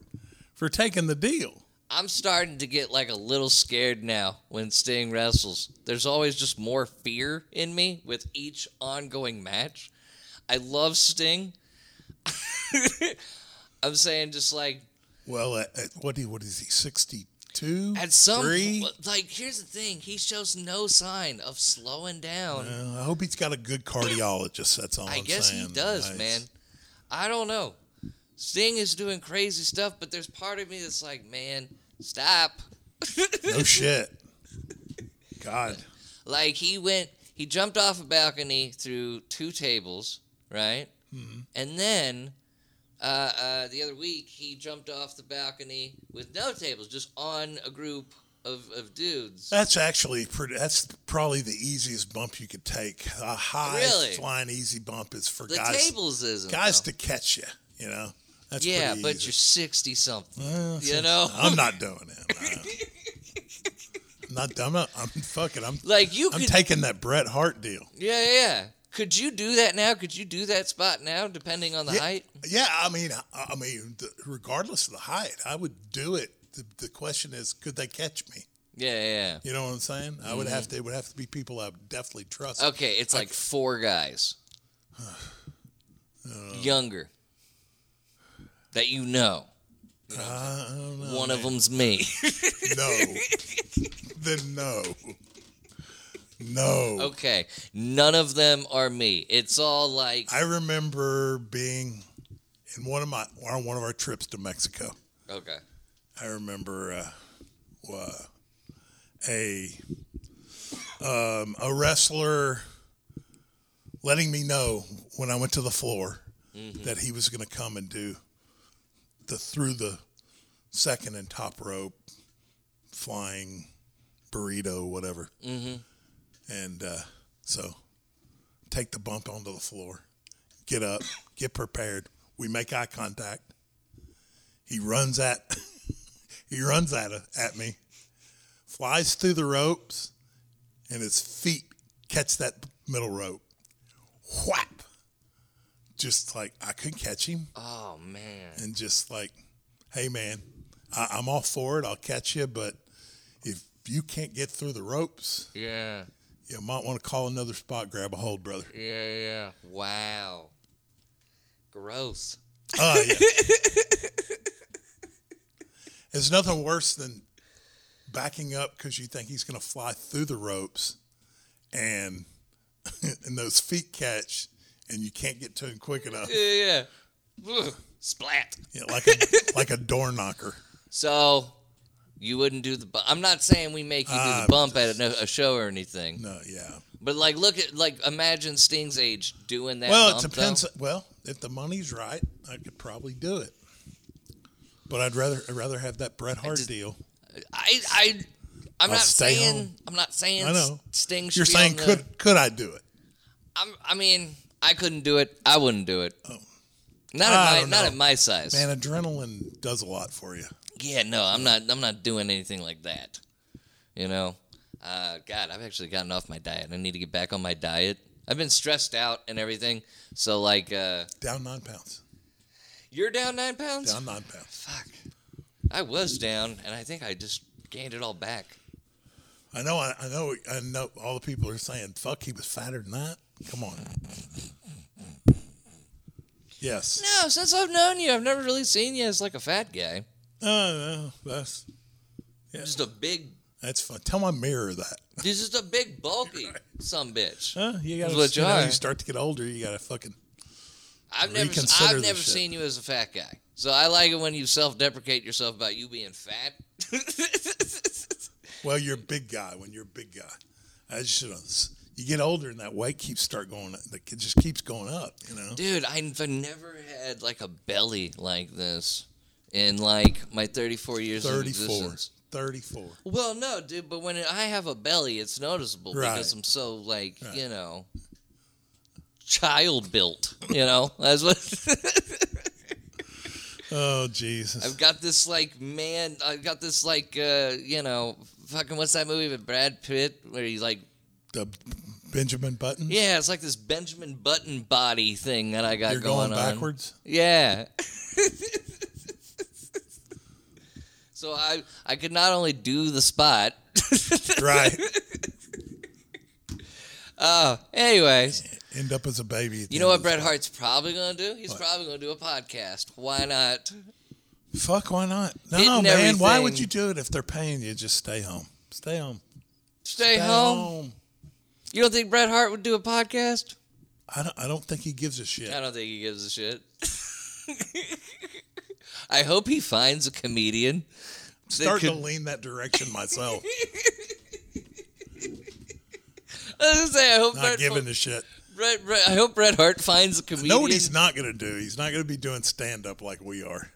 [SPEAKER 1] for taking the deal.
[SPEAKER 3] I'm starting to get like a little scared now when Sting wrestles. There's always just more fear in me with each ongoing match. I love Sting. I'm saying just like
[SPEAKER 1] Well, at, at what he what is he sixty two?
[SPEAKER 3] at some
[SPEAKER 1] three.
[SPEAKER 3] well, like here's the thing, he shows no sign of slowing down.
[SPEAKER 1] Uh, I hope he's got a good cardiologist. That's all
[SPEAKER 3] I
[SPEAKER 1] am
[SPEAKER 3] guess
[SPEAKER 1] saying.
[SPEAKER 3] he does,
[SPEAKER 1] Nice.
[SPEAKER 3] man. I don't know. Sting is doing crazy stuff, but there's part of me that's like, man, stop.
[SPEAKER 1] No shit. God.
[SPEAKER 3] Like he went, he jumped off a balcony through two tables, right?
[SPEAKER 1] Mm-hmm.
[SPEAKER 3] And then uh, uh, the other week he jumped off the balcony with no tables, just on a group of, of dudes.
[SPEAKER 1] That's actually pretty. That's probably the easiest bump you could take. A high
[SPEAKER 3] Really?
[SPEAKER 1] flying easy bump is for
[SPEAKER 3] The
[SPEAKER 1] guys
[SPEAKER 3] tables isn't
[SPEAKER 1] guys
[SPEAKER 3] though.
[SPEAKER 1] to catch you. You know. That's
[SPEAKER 3] yeah,
[SPEAKER 1] pretty
[SPEAKER 3] but
[SPEAKER 1] easy.
[SPEAKER 3] you're sixty something.
[SPEAKER 1] Well,
[SPEAKER 3] you know,
[SPEAKER 1] I'm not doing it. no. I'm not. I'm not. I'm fucking. I'm.
[SPEAKER 3] like you
[SPEAKER 1] I'm
[SPEAKER 3] could
[SPEAKER 1] taking that Bret Hart deal.
[SPEAKER 3] Yeah, yeah, yeah. Could you do that now? Could you do that spot now, depending on the
[SPEAKER 1] Yeah.
[SPEAKER 3] height?
[SPEAKER 1] Yeah, I mean, I I mean, the, regardless of the height, I would do it. The, the question is, could they catch me?
[SPEAKER 3] Yeah, yeah.
[SPEAKER 1] You know what I'm saying? I would have to. It would have to be people I would definitely trust.
[SPEAKER 3] yeah. Mm-hmm. Okay, it's like four guys,
[SPEAKER 1] Uh,
[SPEAKER 3] younger, that you know.
[SPEAKER 1] I I don't know.
[SPEAKER 3] One of them's me.
[SPEAKER 1] No. then no. No.
[SPEAKER 3] okay, none of them are me. It's all like
[SPEAKER 1] I remember being in one of my on one of our trips to Mexico.
[SPEAKER 3] okay,
[SPEAKER 1] I remember uh, wa- a um, a wrestler letting me know when I went to the floor that he was going to come and do the through the second and top rope flying burrito whatever, mm-hmm. and uh, so take the bump onto the floor, get up, get prepared. We make eye contact. He runs at he runs at at me, flies through the ropes, and his feet catch that middle rope. Whap! Just like I could catch him,
[SPEAKER 3] oh man,
[SPEAKER 1] and just like, hey man, I, I'm all for it. I'll catch you, but if you can't get through the ropes,
[SPEAKER 3] yeah,
[SPEAKER 1] you might want to call another spot. Grab a hold, brother.
[SPEAKER 3] yeah, yeah. Wow, gross.
[SPEAKER 1] Oh yeah. There's nothing worse than backing up because you think he's going to fly through the ropes, and and those feet catch, and you can't get to him quick enough,
[SPEAKER 3] Yeah, yeah. Ugh, Splat.
[SPEAKER 1] You know, like a, like a door knocker.
[SPEAKER 3] So you wouldn't do the. Bu- I'm not saying we make you do the
[SPEAKER 1] I'm
[SPEAKER 3] bump at a, no- a show or anything,
[SPEAKER 1] No, yeah.
[SPEAKER 3] but like, look at like imagine Sting's age doing that.
[SPEAKER 1] Well, it
[SPEAKER 3] bump,
[SPEAKER 1] depends.
[SPEAKER 3] though.
[SPEAKER 1] Well, if the money's right, I could probably do it. But I'd rather I'd rather have that Bret Hart
[SPEAKER 3] just-
[SPEAKER 1] deal.
[SPEAKER 3] I, I, I'm
[SPEAKER 1] I'll
[SPEAKER 3] not
[SPEAKER 1] stay
[SPEAKER 3] saying.
[SPEAKER 1] home.
[SPEAKER 3] I'm not saying.
[SPEAKER 1] I know.
[SPEAKER 3] Sting. Should
[SPEAKER 1] You're
[SPEAKER 3] be
[SPEAKER 1] saying
[SPEAKER 3] on the-
[SPEAKER 1] could could I do it?
[SPEAKER 3] I'm, I mean, I couldn't do it. I wouldn't do it.
[SPEAKER 1] Oh. I
[SPEAKER 3] Not at my
[SPEAKER 1] don't
[SPEAKER 3] not
[SPEAKER 1] know.
[SPEAKER 3] at my size.
[SPEAKER 1] Man, adrenaline does a lot for you.
[SPEAKER 3] Yeah, no, I'm not. I'm not doing anything like that. You know, uh, God, I've actually gotten off my diet. I need to get back on my diet. I've been stressed out and everything. So like, uh,
[SPEAKER 1] Down nine pounds.
[SPEAKER 3] you're down nine pounds.
[SPEAKER 1] Down nine pounds.
[SPEAKER 3] Fuck. I was down, and I think I just gained it all back.
[SPEAKER 1] I know. I, I know. I know. All the people are saying, "Fuck, he was fatter than that." Come on. Yes.
[SPEAKER 3] No, since I've known you, I've never really seen you as like a fat guy.
[SPEAKER 1] No, no, that's
[SPEAKER 3] Just a big,
[SPEAKER 1] that's fun. Tell my mirror that.
[SPEAKER 3] you're just a big bulky some bitch.
[SPEAKER 1] Huh? You
[SPEAKER 3] That's
[SPEAKER 1] gotta.
[SPEAKER 3] what
[SPEAKER 1] you,
[SPEAKER 3] you
[SPEAKER 1] know,
[SPEAKER 3] are.
[SPEAKER 1] you start to get older. You gotta fucking.
[SPEAKER 3] I've never,
[SPEAKER 1] Reconsider
[SPEAKER 3] I've
[SPEAKER 1] this
[SPEAKER 3] never
[SPEAKER 1] shit.
[SPEAKER 3] seen you as a fat guy. So I like it when you self-deprecate yourself about you being fat.
[SPEAKER 1] Well, you're a big guy when you're a big guy. I just you, know, s- you get older and that weight keeps start going. It just keeps going up. You know.
[SPEAKER 3] Dude, I've never had like a belly like this in like my 34 years of
[SPEAKER 1] 34.
[SPEAKER 3] existence.
[SPEAKER 1] 34.
[SPEAKER 3] Well, no, dude, but when I have a belly, it's noticeable
[SPEAKER 1] Right.
[SPEAKER 3] because I'm so like,
[SPEAKER 1] Right.
[SPEAKER 3] you know, child built, you know? That's what
[SPEAKER 1] Oh Jesus.
[SPEAKER 3] I've got this like man, I've got this like uh, you know, fucking what's that movie with Brad Pitt where he's like
[SPEAKER 1] the Benjamin Button.
[SPEAKER 3] Yeah, it's like this Benjamin Button body thing that I got
[SPEAKER 1] You're going,
[SPEAKER 3] on.
[SPEAKER 1] backwards.
[SPEAKER 3] Yeah. so I I could not only do the spot.
[SPEAKER 1] right.
[SPEAKER 3] Oh, anyways,
[SPEAKER 1] End up as a baby. at the
[SPEAKER 3] you know
[SPEAKER 1] end
[SPEAKER 3] what
[SPEAKER 1] of the-
[SPEAKER 3] Bret Hart's probably gonna do? He's probably gonna do a podcast. Why not?
[SPEAKER 1] Fuck. Why not? No,
[SPEAKER 3] Hitting
[SPEAKER 1] man. Why would
[SPEAKER 3] everything.
[SPEAKER 1] you do it if they're paying you? Just stay home. Stay home.
[SPEAKER 3] Stay,
[SPEAKER 1] Stay
[SPEAKER 3] home. You don't think Bret Hart would do a podcast?
[SPEAKER 1] I don't. I don't think he gives a shit.
[SPEAKER 3] I don't think he gives a shit. I hope he finds a comedian. that
[SPEAKER 1] Start
[SPEAKER 3] could-
[SPEAKER 1] to lean that direction myself.
[SPEAKER 3] I was gonna say, I hope
[SPEAKER 1] not
[SPEAKER 3] Bret,
[SPEAKER 1] giving a shit.
[SPEAKER 3] Bret, Bret- I hope Bret Hart finds a comedian.
[SPEAKER 1] Know what he's not going to do? He's not going to be doing stand up like we are.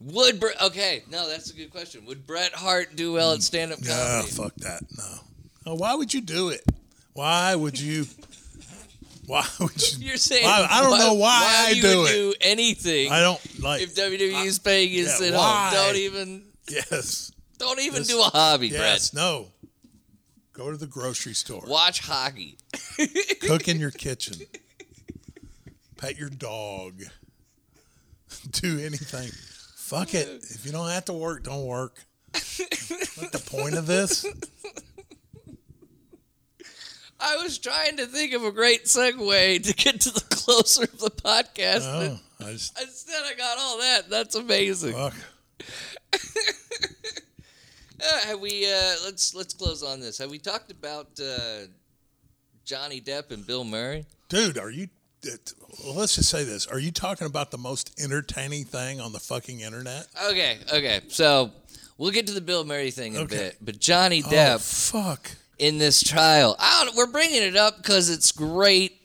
[SPEAKER 3] Would Bret? Okay, no, that's a good question. Would Bret Hart do well at stand-up
[SPEAKER 1] Ah,
[SPEAKER 3] comedy?
[SPEAKER 1] fuck that. No. Oh, why would you do it? Why would you? Why would you?
[SPEAKER 3] You're saying
[SPEAKER 1] Why- I don't know why I
[SPEAKER 3] you
[SPEAKER 1] do
[SPEAKER 3] would
[SPEAKER 1] it.
[SPEAKER 3] do anything
[SPEAKER 1] I don't like.
[SPEAKER 3] if WWE's paying you to
[SPEAKER 1] yeah,
[SPEAKER 3] sit
[SPEAKER 1] why?
[SPEAKER 3] home. Don't even
[SPEAKER 1] yes.
[SPEAKER 3] don't even
[SPEAKER 1] This-
[SPEAKER 3] do a hobby,
[SPEAKER 1] Yes. No. Go to the grocery store.
[SPEAKER 3] Bret. Watch hockey.
[SPEAKER 1] Cook in your kitchen. Pet your dog. do anything. Fuck it. If you don't have to work, don't work. What the point of this?
[SPEAKER 3] I was trying to think of a great segue to get to the closer of the podcast,
[SPEAKER 1] Oh, I just
[SPEAKER 3] but instead I got all that. That's amazing.
[SPEAKER 1] fuck.
[SPEAKER 3] Uh, have we? Uh, let's let's close on this. Have we talked about uh, Johnny Depp and Bill Murray?
[SPEAKER 1] Dude, are you? It, well, let's just say this: Are you talking about the most entertaining thing on the fucking internet?
[SPEAKER 3] Okay, okay. So we'll get to the Bill Murray thing in
[SPEAKER 1] Okay.
[SPEAKER 3] a bit, but Johnny
[SPEAKER 1] Oh,
[SPEAKER 3] Depp
[SPEAKER 1] fuck.
[SPEAKER 3] in this trial. I don't, we're bringing it up because it's great.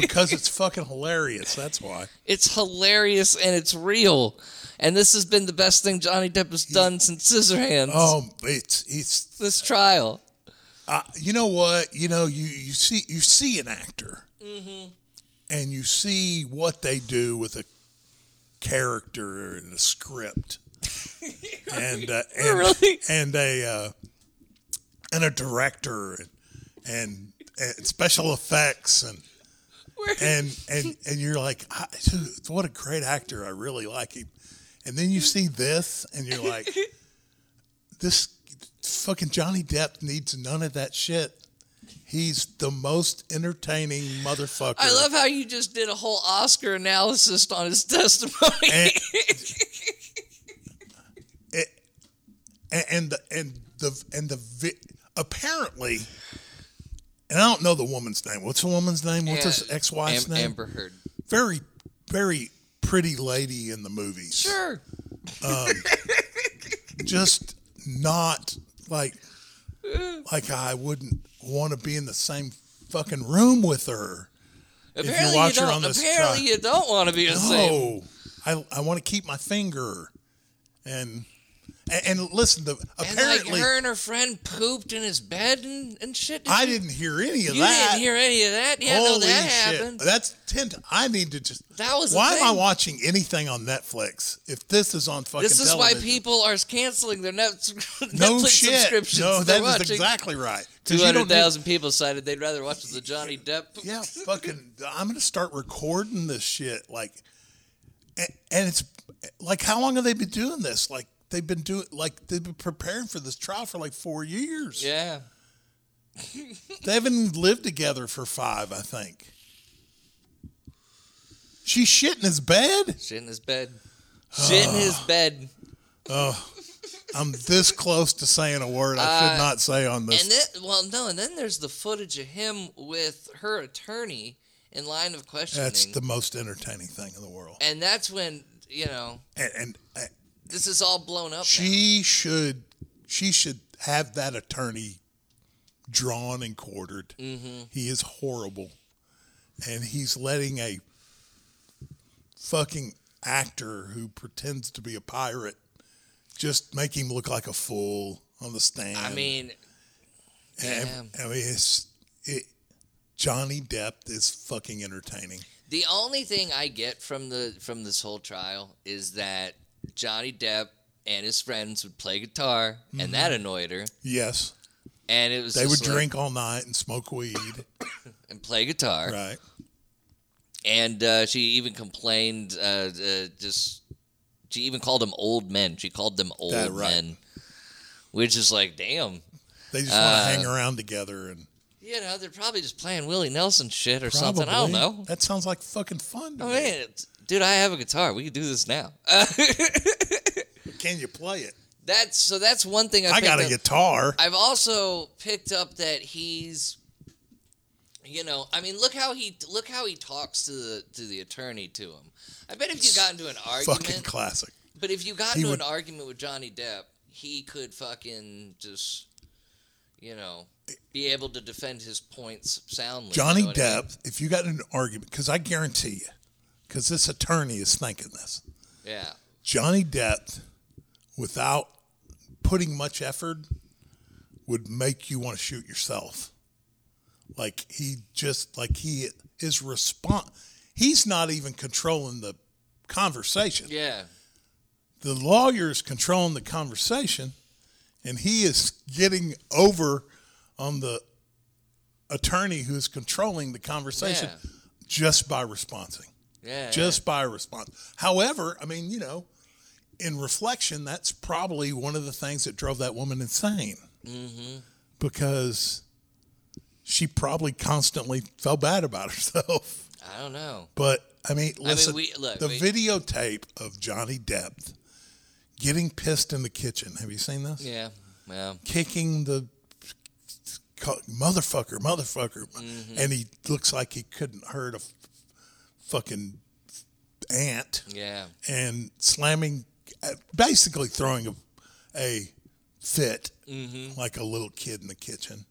[SPEAKER 1] Because it's fucking hilarious. That's why.
[SPEAKER 3] It's hilarious and it's real. And this has been the best thing Johnny Depp has done since Scissorhands.
[SPEAKER 1] Oh, it's it's.
[SPEAKER 3] This trial.
[SPEAKER 1] Uh, you know what? You know you you see you see an actor, and you see what they do with a character and a script, and uh, and
[SPEAKER 3] Really?
[SPEAKER 1] and a uh, and a director and and, and special effects and.
[SPEAKER 3] We're-
[SPEAKER 1] and and and you're like, I, dude, what a great actor! I really like him. And then you see this, and you're like, this fucking Johnny Depp needs none of that shit. He's the most entertaining motherfucker.
[SPEAKER 3] I love how you just did a whole Oscar analysis on his testimony.
[SPEAKER 1] And- it. And, and the and the and the vi- apparently, and I don't know the woman's name. What's the woman's name? What's his
[SPEAKER 3] Yeah,
[SPEAKER 1] ex-wife's
[SPEAKER 3] Am-
[SPEAKER 1] name?
[SPEAKER 3] Amber Heard.
[SPEAKER 1] Very, very pretty lady in the movies.
[SPEAKER 3] Sure.
[SPEAKER 1] just not like
[SPEAKER 3] Mm.
[SPEAKER 1] like I wouldn't want to be in the same fucking room with her.
[SPEAKER 3] Apparently you,
[SPEAKER 1] watch her
[SPEAKER 3] don't.
[SPEAKER 1] on this
[SPEAKER 3] apparently
[SPEAKER 1] trial-
[SPEAKER 3] you don't want to be the same.
[SPEAKER 1] No, I I want to keep my finger, and And, and listen, the,
[SPEAKER 3] And
[SPEAKER 1] apparently
[SPEAKER 3] like her and her friend pooped in his bed and, and shit. Did
[SPEAKER 1] I
[SPEAKER 3] you-
[SPEAKER 1] didn't hear any of
[SPEAKER 3] You
[SPEAKER 1] that.
[SPEAKER 3] didn't hear any of that. Yeah, no, that happened.
[SPEAKER 1] That's ten. t- I need to just.
[SPEAKER 3] That was the
[SPEAKER 1] Why am I
[SPEAKER 3] thing.
[SPEAKER 1] watching anything on Netflix if this is on fucking?
[SPEAKER 3] This is
[SPEAKER 1] television?
[SPEAKER 3] why people are canceling their net,
[SPEAKER 1] No
[SPEAKER 3] Netflix
[SPEAKER 1] shit.
[SPEAKER 3] subscriptions.
[SPEAKER 1] No, that
[SPEAKER 3] They're
[SPEAKER 1] is
[SPEAKER 3] watching-
[SPEAKER 1] exactly right. 'Cause you don't need-
[SPEAKER 3] 200,000 people decided they'd rather watch the Johnny Depp.
[SPEAKER 1] Yeah, fucking. I'm gonna start recording this shit. Like, and, and it's like, how long have they been doing this? Like, they've been doing like they've been preparing for this trial for like four years.
[SPEAKER 3] Yeah.
[SPEAKER 1] They haven't lived together for five, I think. She shit in his bed.
[SPEAKER 3] Shit in his bed. Shit in his bed.
[SPEAKER 1] I'm this close to saying a word I should not say on this.
[SPEAKER 3] Uh, And then, well, no, and then there's the footage of him with her attorney in line of questioning.
[SPEAKER 1] That's the most entertaining thing in the world.
[SPEAKER 3] and that's when, you know,
[SPEAKER 1] And, and, and
[SPEAKER 3] this is all blown up. now.
[SPEAKER 1] she should she should have that attorney drawn and quartered.
[SPEAKER 3] Mm-hmm.
[SPEAKER 1] He is horrible, and he's letting a fucking actor who pretends to be a pirate just make him look like a fool on the stand.
[SPEAKER 3] I mean,
[SPEAKER 1] And-
[SPEAKER 3] damn.
[SPEAKER 1] I mean, it's it. Johnny Depp is fucking entertaining.
[SPEAKER 3] The only thing I get from the from this whole trial is that Johnny Depp and his friends would play guitar, and that annoyed her.
[SPEAKER 1] Yes,
[SPEAKER 3] And it was
[SPEAKER 1] Mm-hmm. they would
[SPEAKER 3] just like-
[SPEAKER 1] drink all night and smoke weed.
[SPEAKER 3] and play guitar,
[SPEAKER 1] right.
[SPEAKER 3] and uh, she even complained. Uh, uh, just she even called them old men. She called them old
[SPEAKER 1] That right.
[SPEAKER 3] men, which is like, damn.
[SPEAKER 1] They just want
[SPEAKER 3] Uh,
[SPEAKER 1] to hang around together and
[SPEAKER 3] You know, they're probably just playing Willie Nelson shit or something. I don't
[SPEAKER 1] Probably.
[SPEAKER 3] know. Oh,
[SPEAKER 1] That sounds like fucking fun. To
[SPEAKER 3] I
[SPEAKER 1] me.
[SPEAKER 3] mean, it's- dude, I have a guitar. We could do this now.
[SPEAKER 1] Can you play it?
[SPEAKER 3] that's so. That's one thing I,
[SPEAKER 1] I
[SPEAKER 3] picked
[SPEAKER 1] got a
[SPEAKER 3] up.
[SPEAKER 1] guitar.
[SPEAKER 3] I've also picked up that he's, you know, I mean, look how he look how he talks to the to the attorney to him. I bet if you got into an
[SPEAKER 1] Fucking
[SPEAKER 3] argument,
[SPEAKER 1] classic.
[SPEAKER 3] but if you got
[SPEAKER 1] he
[SPEAKER 3] into
[SPEAKER 1] would-
[SPEAKER 3] an argument with Johnny Depp, he could fucking just, you know, be able to defend his points soundly. you
[SPEAKER 1] Johnny
[SPEAKER 3] know what I mean?
[SPEAKER 1] Depp. If you got in an argument, because I guarantee you, because this attorney is thinking this.
[SPEAKER 3] yeah,
[SPEAKER 1] Johnny Depp, without putting much effort, would make you want to shoot yourself. Like he just like he his response. He's not even controlling the conversation.
[SPEAKER 3] yeah,
[SPEAKER 1] the lawyer is controlling the conversation and he is getting over on the attorney who's controlling the conversation
[SPEAKER 3] Yeah.
[SPEAKER 1] just by responding
[SPEAKER 3] yeah.
[SPEAKER 1] just by response however i mean you know in reflection that's probably one of the things that drove that woman insane
[SPEAKER 3] Mm-hmm.
[SPEAKER 1] because she probably constantly felt bad about herself
[SPEAKER 3] yeah. I don't know.
[SPEAKER 1] but I mean, listen,
[SPEAKER 3] we- look,
[SPEAKER 1] the
[SPEAKER 3] we-
[SPEAKER 1] videotape of Johnny Depp getting pissed in the kitchen. Have you seen this?
[SPEAKER 3] Yeah, well,
[SPEAKER 1] Kicking the co- motherfucker, motherfucker,
[SPEAKER 3] Mm-hmm.
[SPEAKER 1] and he looks like he couldn't hurt a f- fucking ant,
[SPEAKER 3] yeah,
[SPEAKER 1] and slamming, uh, basically throwing a, a fit like a little kid in the kitchen,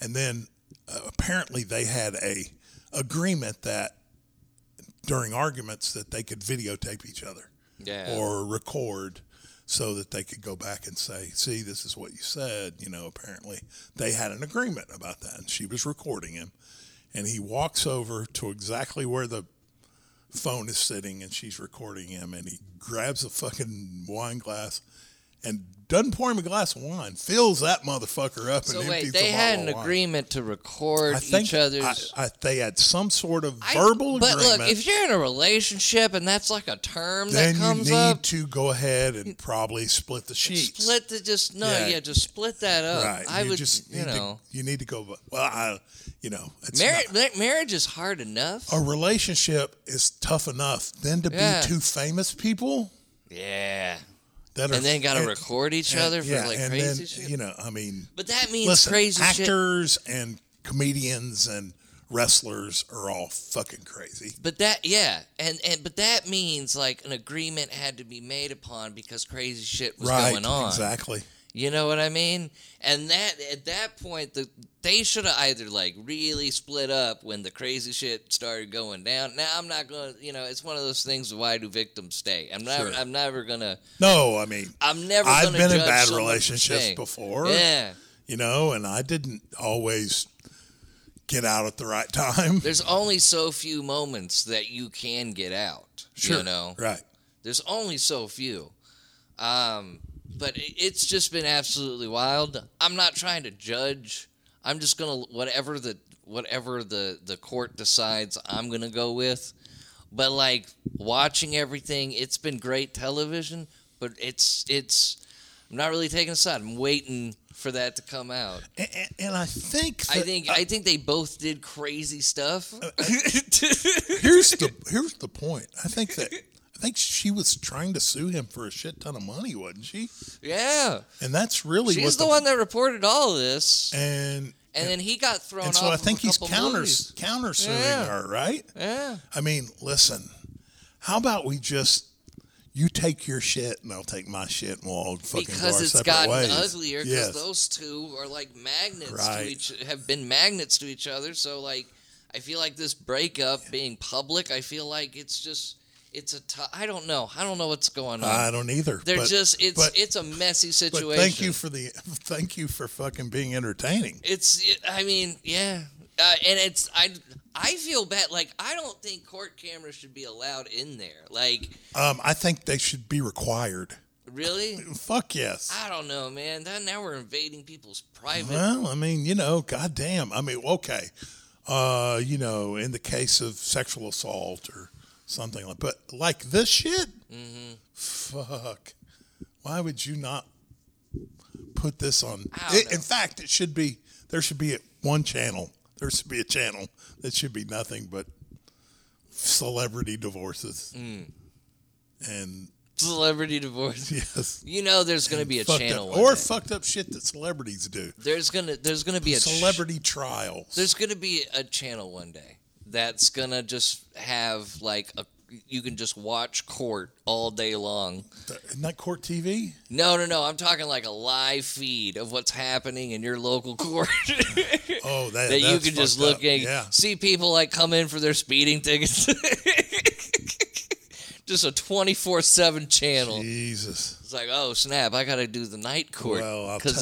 [SPEAKER 1] and then uh, apparently they had a agreement that during arguments that they could videotape each other
[SPEAKER 3] yeah.
[SPEAKER 1] or record so that they could go back and say see this is what you said you know apparently they had an agreement about that and she was recording him and he walks over to exactly where the phone is sitting and she's recording him and he grabs a fucking wine glass and doesn't pour him a glass of wine fills that motherfucker up
[SPEAKER 3] so
[SPEAKER 1] and
[SPEAKER 3] wait,
[SPEAKER 1] empties
[SPEAKER 3] they
[SPEAKER 1] the
[SPEAKER 3] had
[SPEAKER 1] bottle
[SPEAKER 3] an
[SPEAKER 1] of wine.
[SPEAKER 3] agreement to record
[SPEAKER 1] I think
[SPEAKER 3] each other's.
[SPEAKER 1] I, I, they had some sort of
[SPEAKER 3] I-
[SPEAKER 1] verbal
[SPEAKER 3] but
[SPEAKER 1] agreement
[SPEAKER 3] look, if you're in a relationship and that's like a term
[SPEAKER 1] then
[SPEAKER 3] that
[SPEAKER 1] you
[SPEAKER 3] comes
[SPEAKER 1] need
[SPEAKER 3] up,
[SPEAKER 1] to go ahead and probably split the sheets.
[SPEAKER 3] split the just no,
[SPEAKER 1] Yeah.
[SPEAKER 3] yeah, just split that up.
[SPEAKER 1] right?
[SPEAKER 3] I
[SPEAKER 1] you
[SPEAKER 3] would,
[SPEAKER 1] just need
[SPEAKER 3] you know,
[SPEAKER 1] to, you need to go. Well, I, you know, it's
[SPEAKER 3] marriage
[SPEAKER 1] not-
[SPEAKER 3] marriage is hard enough.
[SPEAKER 1] a relationship is tough enough. Then to
[SPEAKER 3] Yeah.
[SPEAKER 1] be two famous people
[SPEAKER 3] yeah,
[SPEAKER 1] that are
[SPEAKER 3] and then got to
[SPEAKER 1] and-
[SPEAKER 3] record each
[SPEAKER 1] and-
[SPEAKER 3] other for
[SPEAKER 1] yeah,
[SPEAKER 3] like
[SPEAKER 1] and
[SPEAKER 3] crazy
[SPEAKER 1] then,
[SPEAKER 3] shit.
[SPEAKER 1] You know, I mean,
[SPEAKER 3] but that means
[SPEAKER 1] listen,
[SPEAKER 3] crazy shit.
[SPEAKER 1] actors and comedians and wrestlers are all fucking crazy.
[SPEAKER 3] But that yeah, and and but that means like an agreement had to be made upon because crazy shit was
[SPEAKER 1] right?
[SPEAKER 3] going on.
[SPEAKER 1] Exactly.
[SPEAKER 3] You know what I mean? And that at that point, the, they should have either like really split up when the crazy shit started going down. Now I'm not gonna, you know, it's one of those things. Why do victims stay? I'm never,
[SPEAKER 1] Sure.
[SPEAKER 3] I'm never gonna,
[SPEAKER 1] No, I mean,
[SPEAKER 3] I'm never.
[SPEAKER 1] I've
[SPEAKER 3] gonna
[SPEAKER 1] been in
[SPEAKER 3] judge
[SPEAKER 1] bad
[SPEAKER 3] someone for
[SPEAKER 1] relationships
[SPEAKER 3] staying.
[SPEAKER 1] before,
[SPEAKER 3] Yeah,
[SPEAKER 1] you know, and I didn't always get out at the right time.
[SPEAKER 3] there's only so few moments that you can get out.
[SPEAKER 1] Sure.
[SPEAKER 3] You know,
[SPEAKER 1] Right.
[SPEAKER 3] There's only so few. Um, but it- it's just been absolutely wild. I'm not trying to judge. I'm just gonna whatever the whatever the the court decides. I'm gonna go with. But like watching everything, it's been great television. But it's it's. I'm not really taking a side. I'm waiting for that to come out.
[SPEAKER 1] And, and, and I think
[SPEAKER 3] I
[SPEAKER 1] that-
[SPEAKER 3] think I think they both did crazy stuff.
[SPEAKER 1] here's the here's the point. I think that I think she was trying to sue him for a shit ton of money, wasn't she?
[SPEAKER 3] yeah,
[SPEAKER 1] And that's really what
[SPEAKER 3] she's the one that reported all of this.
[SPEAKER 1] And
[SPEAKER 3] and then he got thrown
[SPEAKER 1] and
[SPEAKER 3] off.
[SPEAKER 1] so I
[SPEAKER 3] of a
[SPEAKER 1] think he's
[SPEAKER 3] couple
[SPEAKER 1] counter
[SPEAKER 3] movies.
[SPEAKER 1] counter suing
[SPEAKER 3] Yeah.
[SPEAKER 1] her, right?
[SPEAKER 3] Yeah,
[SPEAKER 1] I mean, listen, how about we just you take your shit and I'll take my shit and we'll all fucking go
[SPEAKER 3] because
[SPEAKER 1] our
[SPEAKER 3] it's
[SPEAKER 1] separate
[SPEAKER 3] gotten
[SPEAKER 1] ways.
[SPEAKER 3] uglier. Because
[SPEAKER 1] Yes.
[SPEAKER 3] those two are like magnets
[SPEAKER 1] Right.
[SPEAKER 3] to each. Have been magnets to each other. So like, I feel like this breakup being public. I feel like it's just. It's a. T- I don't know. I don't know what's going on.
[SPEAKER 1] I don't either.
[SPEAKER 3] They're
[SPEAKER 1] but,
[SPEAKER 3] just. It's.
[SPEAKER 1] but-
[SPEAKER 3] it's a messy
[SPEAKER 1] but
[SPEAKER 3] situation.
[SPEAKER 1] thank you for the thank you for fucking being entertaining.
[SPEAKER 3] It's. I mean, yeah. Uh, and it's I I feel bad like I don't think court cameras should be allowed in there. Like
[SPEAKER 1] Um, I think they should be required.
[SPEAKER 3] really?
[SPEAKER 1] Fuck yes.
[SPEAKER 3] I don't know, man. That now we're invading people's private.
[SPEAKER 1] Well, I mean, you know, goddamn. I mean, okay, uh, you know, in the case of sexual assault or something like, but like this shit,
[SPEAKER 3] Mm-hmm.
[SPEAKER 1] fuck. Why would you not put this on?
[SPEAKER 3] I don't
[SPEAKER 1] It, in
[SPEAKER 3] know.
[SPEAKER 1] fact, it should be there should be one channel. There should be a channel that should be nothing but celebrity divorces.
[SPEAKER 3] Mm.
[SPEAKER 1] And
[SPEAKER 3] celebrity divorce.
[SPEAKER 1] yes,
[SPEAKER 3] You know, there's going to be a
[SPEAKER 1] fucked
[SPEAKER 3] channel
[SPEAKER 1] up-
[SPEAKER 3] one
[SPEAKER 1] or
[SPEAKER 3] day.
[SPEAKER 1] fucked up shit that celebrities do.
[SPEAKER 3] there's gonna there's gonna be a ch-
[SPEAKER 1] Celebrity trials.
[SPEAKER 3] there's gonna be a channel one day that's gonna just have like a you can just watch court all day long.
[SPEAKER 1] Isn't that court TV?
[SPEAKER 3] No, no, no. I'm talking like a live feed of what's happening in your local court
[SPEAKER 1] Oh, that,
[SPEAKER 3] that you
[SPEAKER 1] that's
[SPEAKER 3] can just
[SPEAKER 1] fucked
[SPEAKER 3] look
[SPEAKER 1] up.
[SPEAKER 3] at,
[SPEAKER 1] Yeah,
[SPEAKER 3] see people like come in for their speeding tickets. just a 24/7 channel.
[SPEAKER 1] Jesus.
[SPEAKER 3] It's like, oh snap! I got to do the night court
[SPEAKER 1] Well, I'll
[SPEAKER 3] because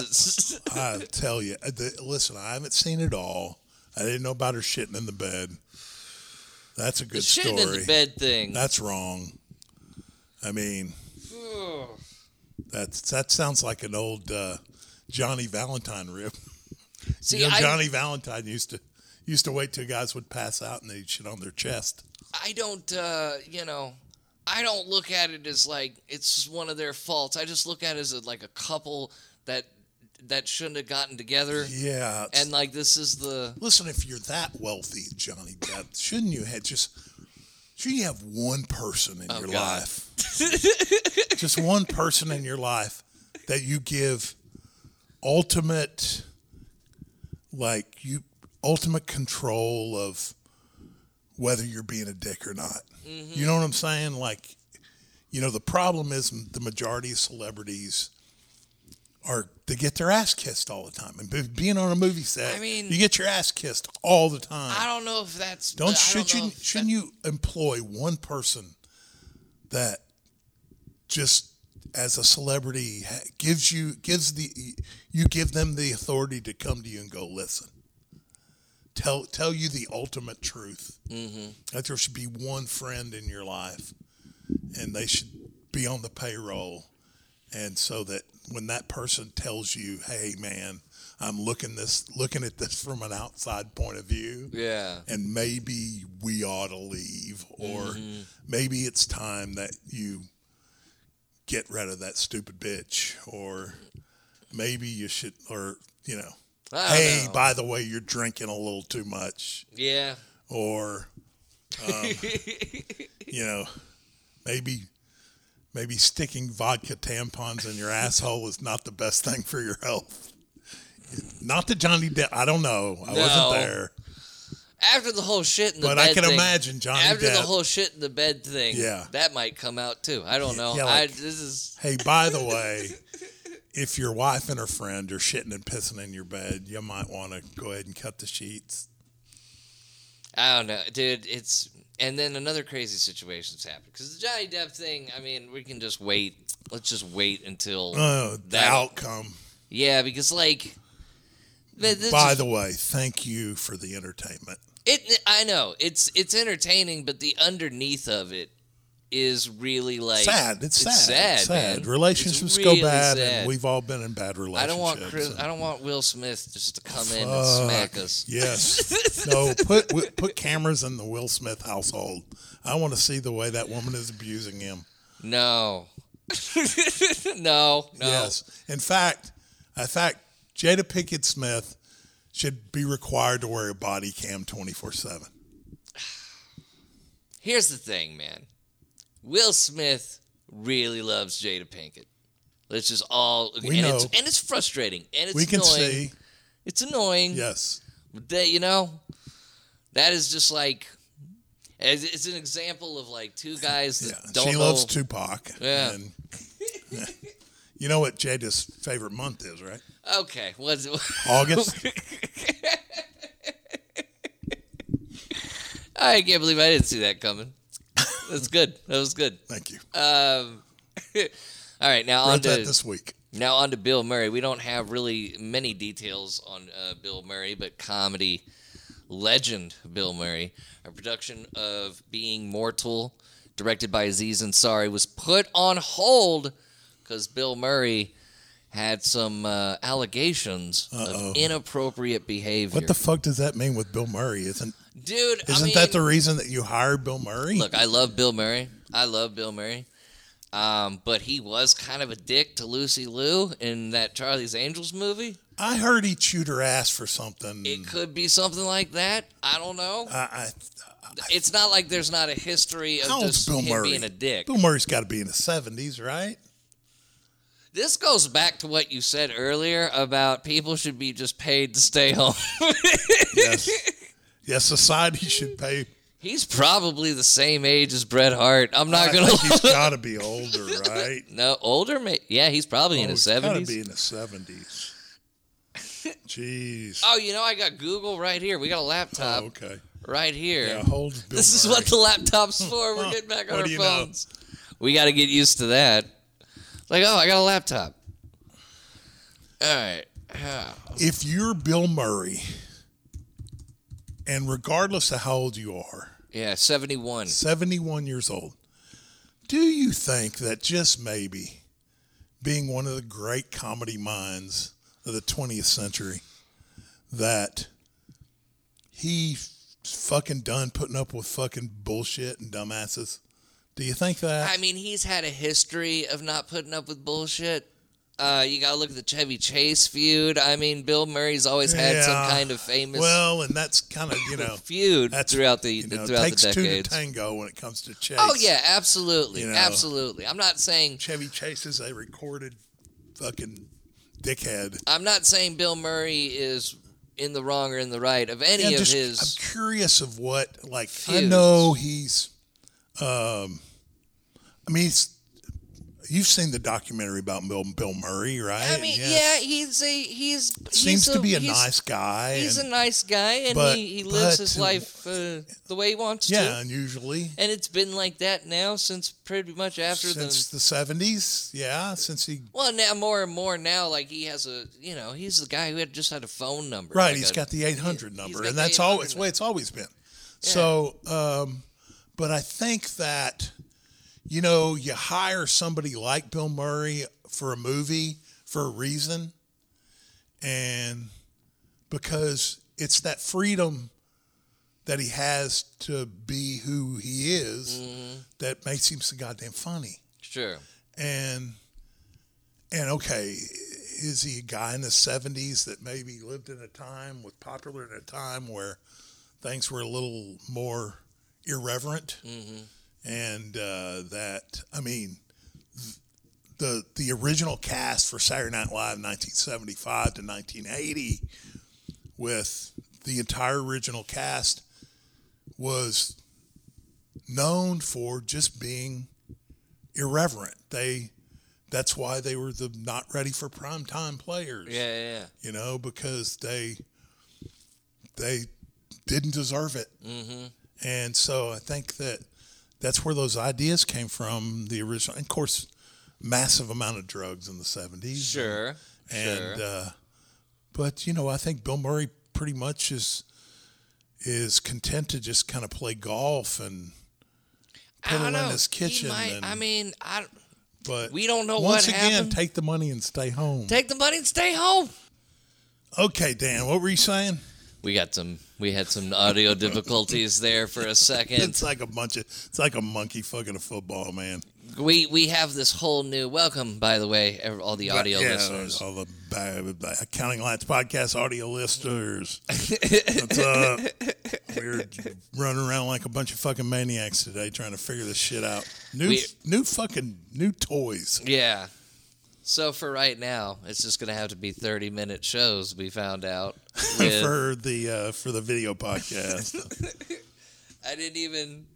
[SPEAKER 1] tell-
[SPEAKER 3] it's
[SPEAKER 1] I tell you, uh, the, listen, I haven't seen it all. I didn't know about her shitting in the bed. That's a good
[SPEAKER 3] shitting
[SPEAKER 1] story.
[SPEAKER 3] in the bed thing.
[SPEAKER 1] That's wrong. I mean, that's that sounds like an old uh, Johnny Valentine rip.
[SPEAKER 3] See,
[SPEAKER 1] you know,
[SPEAKER 3] I,
[SPEAKER 1] Johnny Valentine used to used to wait till guys would pass out and they'd shit on their chest.
[SPEAKER 3] I don't, uh, you know, I don't look at it as like it's one of their faults. I just look at it as uh, like a couple that that shouldn't have gotten together,
[SPEAKER 1] Yeah, it's-
[SPEAKER 3] and like this is the
[SPEAKER 1] Listen, if you're that wealthy, Johnny Depp, shouldn't you have just shouldn't you have one person in your
[SPEAKER 3] Oh, God.
[SPEAKER 1] life? just one person in your life that you give ultimate like you ultimate control of whether you're being a dick or not.
[SPEAKER 3] Mm-hmm.
[SPEAKER 1] You know what I'm saying? Like you know, the problem is the majority of celebrities are they get their ass kissed all the time. And be- being on a movie set,
[SPEAKER 3] I mean-
[SPEAKER 1] you get your ass kissed all the time.
[SPEAKER 3] I don't know if that's
[SPEAKER 1] don't,
[SPEAKER 3] I
[SPEAKER 1] should
[SPEAKER 3] know
[SPEAKER 1] you
[SPEAKER 3] if
[SPEAKER 1] shouldn't you employ one person that just as a celebrity ha- gives you gives the you give them the authority to come to you and go listen. Tell tell you the ultimate truth. Mm-hmm. That there should be one friend in your life, and they should be on the payroll, and so that when that person tells you, "Hey, man, I'm looking this looking at this from an outside point of view."
[SPEAKER 3] yeah.
[SPEAKER 1] and maybe we ought to leave or
[SPEAKER 3] Mm-hmm.
[SPEAKER 1] maybe it's time that you get rid of that stupid bitch or maybe you should or you know
[SPEAKER 3] I don't
[SPEAKER 1] hey
[SPEAKER 3] know.
[SPEAKER 1] by the way you're drinking a little too much
[SPEAKER 3] yeah.
[SPEAKER 1] or um, you know maybe maybe sticking vodka tampons in your asshole is not the best thing for your health not that johnny depp i don't know i
[SPEAKER 3] No.
[SPEAKER 1] wasn't there
[SPEAKER 3] After the whole shit in the
[SPEAKER 1] But
[SPEAKER 3] bed
[SPEAKER 1] I can
[SPEAKER 3] thing-
[SPEAKER 1] imagine Johnny
[SPEAKER 3] after the
[SPEAKER 1] Depp-
[SPEAKER 3] whole shit in the bed thing,
[SPEAKER 1] Yeah.
[SPEAKER 3] that might come out too. I don't know.
[SPEAKER 1] yeah, like-
[SPEAKER 3] I this is
[SPEAKER 1] Hey, by the way, if your wife and her friend are shitting and pissing in your bed, you might want to go ahead and cut the sheets.
[SPEAKER 3] I don't know, dude. It's and then another crazy situation's happened because the Johnny Depp thing. I mean, we can just wait. Let's just wait until.
[SPEAKER 1] Oh, the
[SPEAKER 3] That-
[SPEAKER 1] outcome.
[SPEAKER 3] yeah, because like. th- this
[SPEAKER 1] By
[SPEAKER 3] is-
[SPEAKER 1] the way, thank you for the entertainment.
[SPEAKER 3] it, I know it's it's entertaining, but the underneath of it is really like
[SPEAKER 1] sad. It's, sad.
[SPEAKER 3] sad,
[SPEAKER 1] It's
[SPEAKER 3] man.
[SPEAKER 1] sad.
[SPEAKER 3] It's
[SPEAKER 1] Relationships
[SPEAKER 3] really
[SPEAKER 1] go bad,
[SPEAKER 3] sad.
[SPEAKER 1] and we've all been in bad relationships.
[SPEAKER 3] I don't want Chris,
[SPEAKER 1] and-
[SPEAKER 3] I don't want Will Smith just to come in and smack us.
[SPEAKER 1] Yes. no. Put w- put cameras in the Will Smith household. I want to see the way that woman is abusing him.
[SPEAKER 3] No. no. No.
[SPEAKER 1] Yes. In fact, in fact, Jada Pickett Smith should be required to wear a body cam twenty four seven.
[SPEAKER 3] Here's the thing, man. Will Smith really loves Jada Pinkett. Let's just all
[SPEAKER 1] We
[SPEAKER 3] and
[SPEAKER 1] know.
[SPEAKER 3] it's and it's frustrating and it's
[SPEAKER 1] We can
[SPEAKER 3] annoying.
[SPEAKER 1] see.
[SPEAKER 3] It's annoying.
[SPEAKER 1] Yes.
[SPEAKER 3] But that you know, that is just like it's, it's an example of like two guys that
[SPEAKER 1] Yeah.
[SPEAKER 3] don't
[SPEAKER 1] She
[SPEAKER 3] know.
[SPEAKER 1] loves Tupac.
[SPEAKER 3] Yeah.
[SPEAKER 1] And, you know what Jada's favorite month is, right?
[SPEAKER 3] Okay, what's
[SPEAKER 1] August.
[SPEAKER 3] I can't believe I didn't see that coming. That's good. That was good.
[SPEAKER 1] Thank you.
[SPEAKER 3] Um, all right, now on
[SPEAKER 1] Wrote that
[SPEAKER 3] to
[SPEAKER 1] this week.
[SPEAKER 3] now on to Bill Murray. We don't have really many details on uh, Bill Murray, but comedy legend Bill Murray, a production of Being Mortal, directed by Aziz Ansari, was put on hold because Bill Murray had some uh, allegations of inappropriate behavior.
[SPEAKER 1] What the fuck does that mean with Bill Murray? Isn't
[SPEAKER 3] dude? I
[SPEAKER 1] isn't
[SPEAKER 3] mean,
[SPEAKER 1] that the reason that you hired Bill Murray?
[SPEAKER 3] Look, I love Bill Murray. I love Bill Murray. Um, but he was kind of a dick to Lucy Liu in that Charlie's Angels movie.
[SPEAKER 1] I heard he chewed her ass for something.
[SPEAKER 3] It could be something like that. I don't know.
[SPEAKER 1] I,
[SPEAKER 3] It's not like there's not a history
[SPEAKER 1] I,
[SPEAKER 3] of
[SPEAKER 1] how old's
[SPEAKER 3] just
[SPEAKER 1] Bill
[SPEAKER 3] him
[SPEAKER 1] Murray?
[SPEAKER 3] being a dick.
[SPEAKER 1] Bill Murray's got to be in the seventies, right?
[SPEAKER 3] This goes back to what you said earlier about people should be just paid to stay home.
[SPEAKER 1] Yes. yes. Society should pay.
[SPEAKER 3] He's probably the same age as Bret Hart. I'm not
[SPEAKER 1] I
[SPEAKER 3] gonna.
[SPEAKER 1] think he's got to be older, right?
[SPEAKER 3] no, older. ma- Yeah, he's probably in his
[SPEAKER 1] Got to
[SPEAKER 3] seventies.
[SPEAKER 1] Oh, be in the seventies. Jeez.
[SPEAKER 3] Oh, you know, I got Google right here. We got a laptop
[SPEAKER 1] Oh, okay.
[SPEAKER 3] right here.
[SPEAKER 1] Yeah. Hold. Bill
[SPEAKER 3] This is
[SPEAKER 1] Murray.
[SPEAKER 3] what the laptop's for. We're
[SPEAKER 1] Huh.
[SPEAKER 3] getting back on
[SPEAKER 1] What
[SPEAKER 3] our
[SPEAKER 1] do you know?
[SPEAKER 3] phones. We got to get used to that. Like, oh, I got a laptop. All right. Ah,
[SPEAKER 1] if you're Bill Murray, and regardless of how old you are.
[SPEAKER 3] Yeah, 71.
[SPEAKER 1] 71 years old. Do you think that just maybe being one of the great comedy minds of the 20th century, that he fucking done putting up with fucking bullshit and dumbasses? Do you think that?
[SPEAKER 3] I mean, he's had a history of not putting up with bullshit. Uh, you got to look at the Chevy Chase feud. I mean, Bill Murray's always had some
[SPEAKER 1] Yeah.
[SPEAKER 3] kind of famous
[SPEAKER 1] well, and that's kind of, you know,
[SPEAKER 3] feud
[SPEAKER 1] that's
[SPEAKER 3] throughout the
[SPEAKER 1] you know,
[SPEAKER 3] throughout
[SPEAKER 1] takes
[SPEAKER 3] the
[SPEAKER 1] two to
[SPEAKER 3] decades.
[SPEAKER 1] tango when it comes to Chase.
[SPEAKER 3] Oh yeah, absolutely.
[SPEAKER 1] You know.
[SPEAKER 3] Absolutely. I'm not saying
[SPEAKER 1] Chevy Chase is a recorded fucking dickhead.
[SPEAKER 3] I'm not saying Bill Murray is in the wrong or in the right of any
[SPEAKER 1] Yeah,
[SPEAKER 3] of
[SPEAKER 1] just-
[SPEAKER 3] his.
[SPEAKER 1] I'm curious of what like I
[SPEAKER 3] Feuds.
[SPEAKER 1] know he's um I mean he's you've seen the documentary about Bill, Bill Murray, right?
[SPEAKER 3] I mean, yeah, he's a he's
[SPEAKER 1] Seems
[SPEAKER 3] he's
[SPEAKER 1] to be a
[SPEAKER 3] he's-
[SPEAKER 1] nice guy.
[SPEAKER 3] He's
[SPEAKER 1] and,
[SPEAKER 3] a nice guy, and
[SPEAKER 1] but-
[SPEAKER 3] he, he lives
[SPEAKER 1] but-
[SPEAKER 3] his life uh, the way he wants
[SPEAKER 1] yeah,
[SPEAKER 3] to.
[SPEAKER 1] unusually.
[SPEAKER 3] And it's been like that now since pretty much after
[SPEAKER 1] Since
[SPEAKER 3] the.
[SPEAKER 1] the seventies, yeah. Since he
[SPEAKER 3] Well, now more and more now, like he has a, you know, he's the guy who had just had a phone number.
[SPEAKER 1] Right,
[SPEAKER 3] like
[SPEAKER 1] he's
[SPEAKER 3] a-
[SPEAKER 1] got the 800
[SPEAKER 3] he's
[SPEAKER 1] number,
[SPEAKER 3] got
[SPEAKER 1] and
[SPEAKER 3] the
[SPEAKER 1] that's
[SPEAKER 3] 800
[SPEAKER 1] always the way it's always been. So, um, but I think that, you know, you hire somebody like Bill Murray for a movie for a reason, and because it's that freedom that he has to be who he is
[SPEAKER 3] Mm-hmm.
[SPEAKER 1] that makes him so goddamn funny
[SPEAKER 3] Sure.
[SPEAKER 1] and and okay, is he a guy in the seventies that maybe lived in a time was popular in a time where things were a little more irreverent, and uh, that I mean. th- The, the original cast for Saturday Night Live 1975 to 1980 with the entire original cast was known for just being irreverent. They that's why they were the not ready for prime time players.
[SPEAKER 3] Yeah, yeah, yeah.
[SPEAKER 1] You know, because they they didn't deserve it.
[SPEAKER 3] Mm-hmm.
[SPEAKER 1] And so I think that that's where those ideas came from. The original, and of course, massive amount of drugs in the seventies.
[SPEAKER 3] Sure.
[SPEAKER 1] And
[SPEAKER 3] sure.
[SPEAKER 1] uh, but you know, I think Bill Murray pretty much is is content to just kind of play golf and
[SPEAKER 3] I don't
[SPEAKER 1] piddle
[SPEAKER 3] know.
[SPEAKER 1] in his
[SPEAKER 3] He
[SPEAKER 1] kitchen.
[SPEAKER 3] might-
[SPEAKER 1] and,
[SPEAKER 3] I mean, I
[SPEAKER 1] but
[SPEAKER 3] we don't know
[SPEAKER 1] once
[SPEAKER 3] what
[SPEAKER 1] again,
[SPEAKER 3] happened.
[SPEAKER 1] take the money and stay home.
[SPEAKER 3] take the money and stay home.
[SPEAKER 1] okay, Dan, what were you saying?
[SPEAKER 3] We got some. We had some audio difficulties there for a second.
[SPEAKER 1] It's like a bunch of it's like a monkey fucking a football, man.
[SPEAKER 3] We we have this whole new welcome. By the way, ev- all the audio
[SPEAKER 1] Yeah,
[SPEAKER 3] listeners.
[SPEAKER 1] all the ba- ba- Accounting Lights podcast audio listeners. What's up? We're running around like a bunch of fucking maniacs today, trying to figure this shit out. New,
[SPEAKER 3] We-
[SPEAKER 1] new fucking new toys.
[SPEAKER 3] Yeah. So for right now, it's just gonna have to be thirty minute shows. We found out. with-
[SPEAKER 1] for the uh, for the video podcast.
[SPEAKER 3] I didn't even.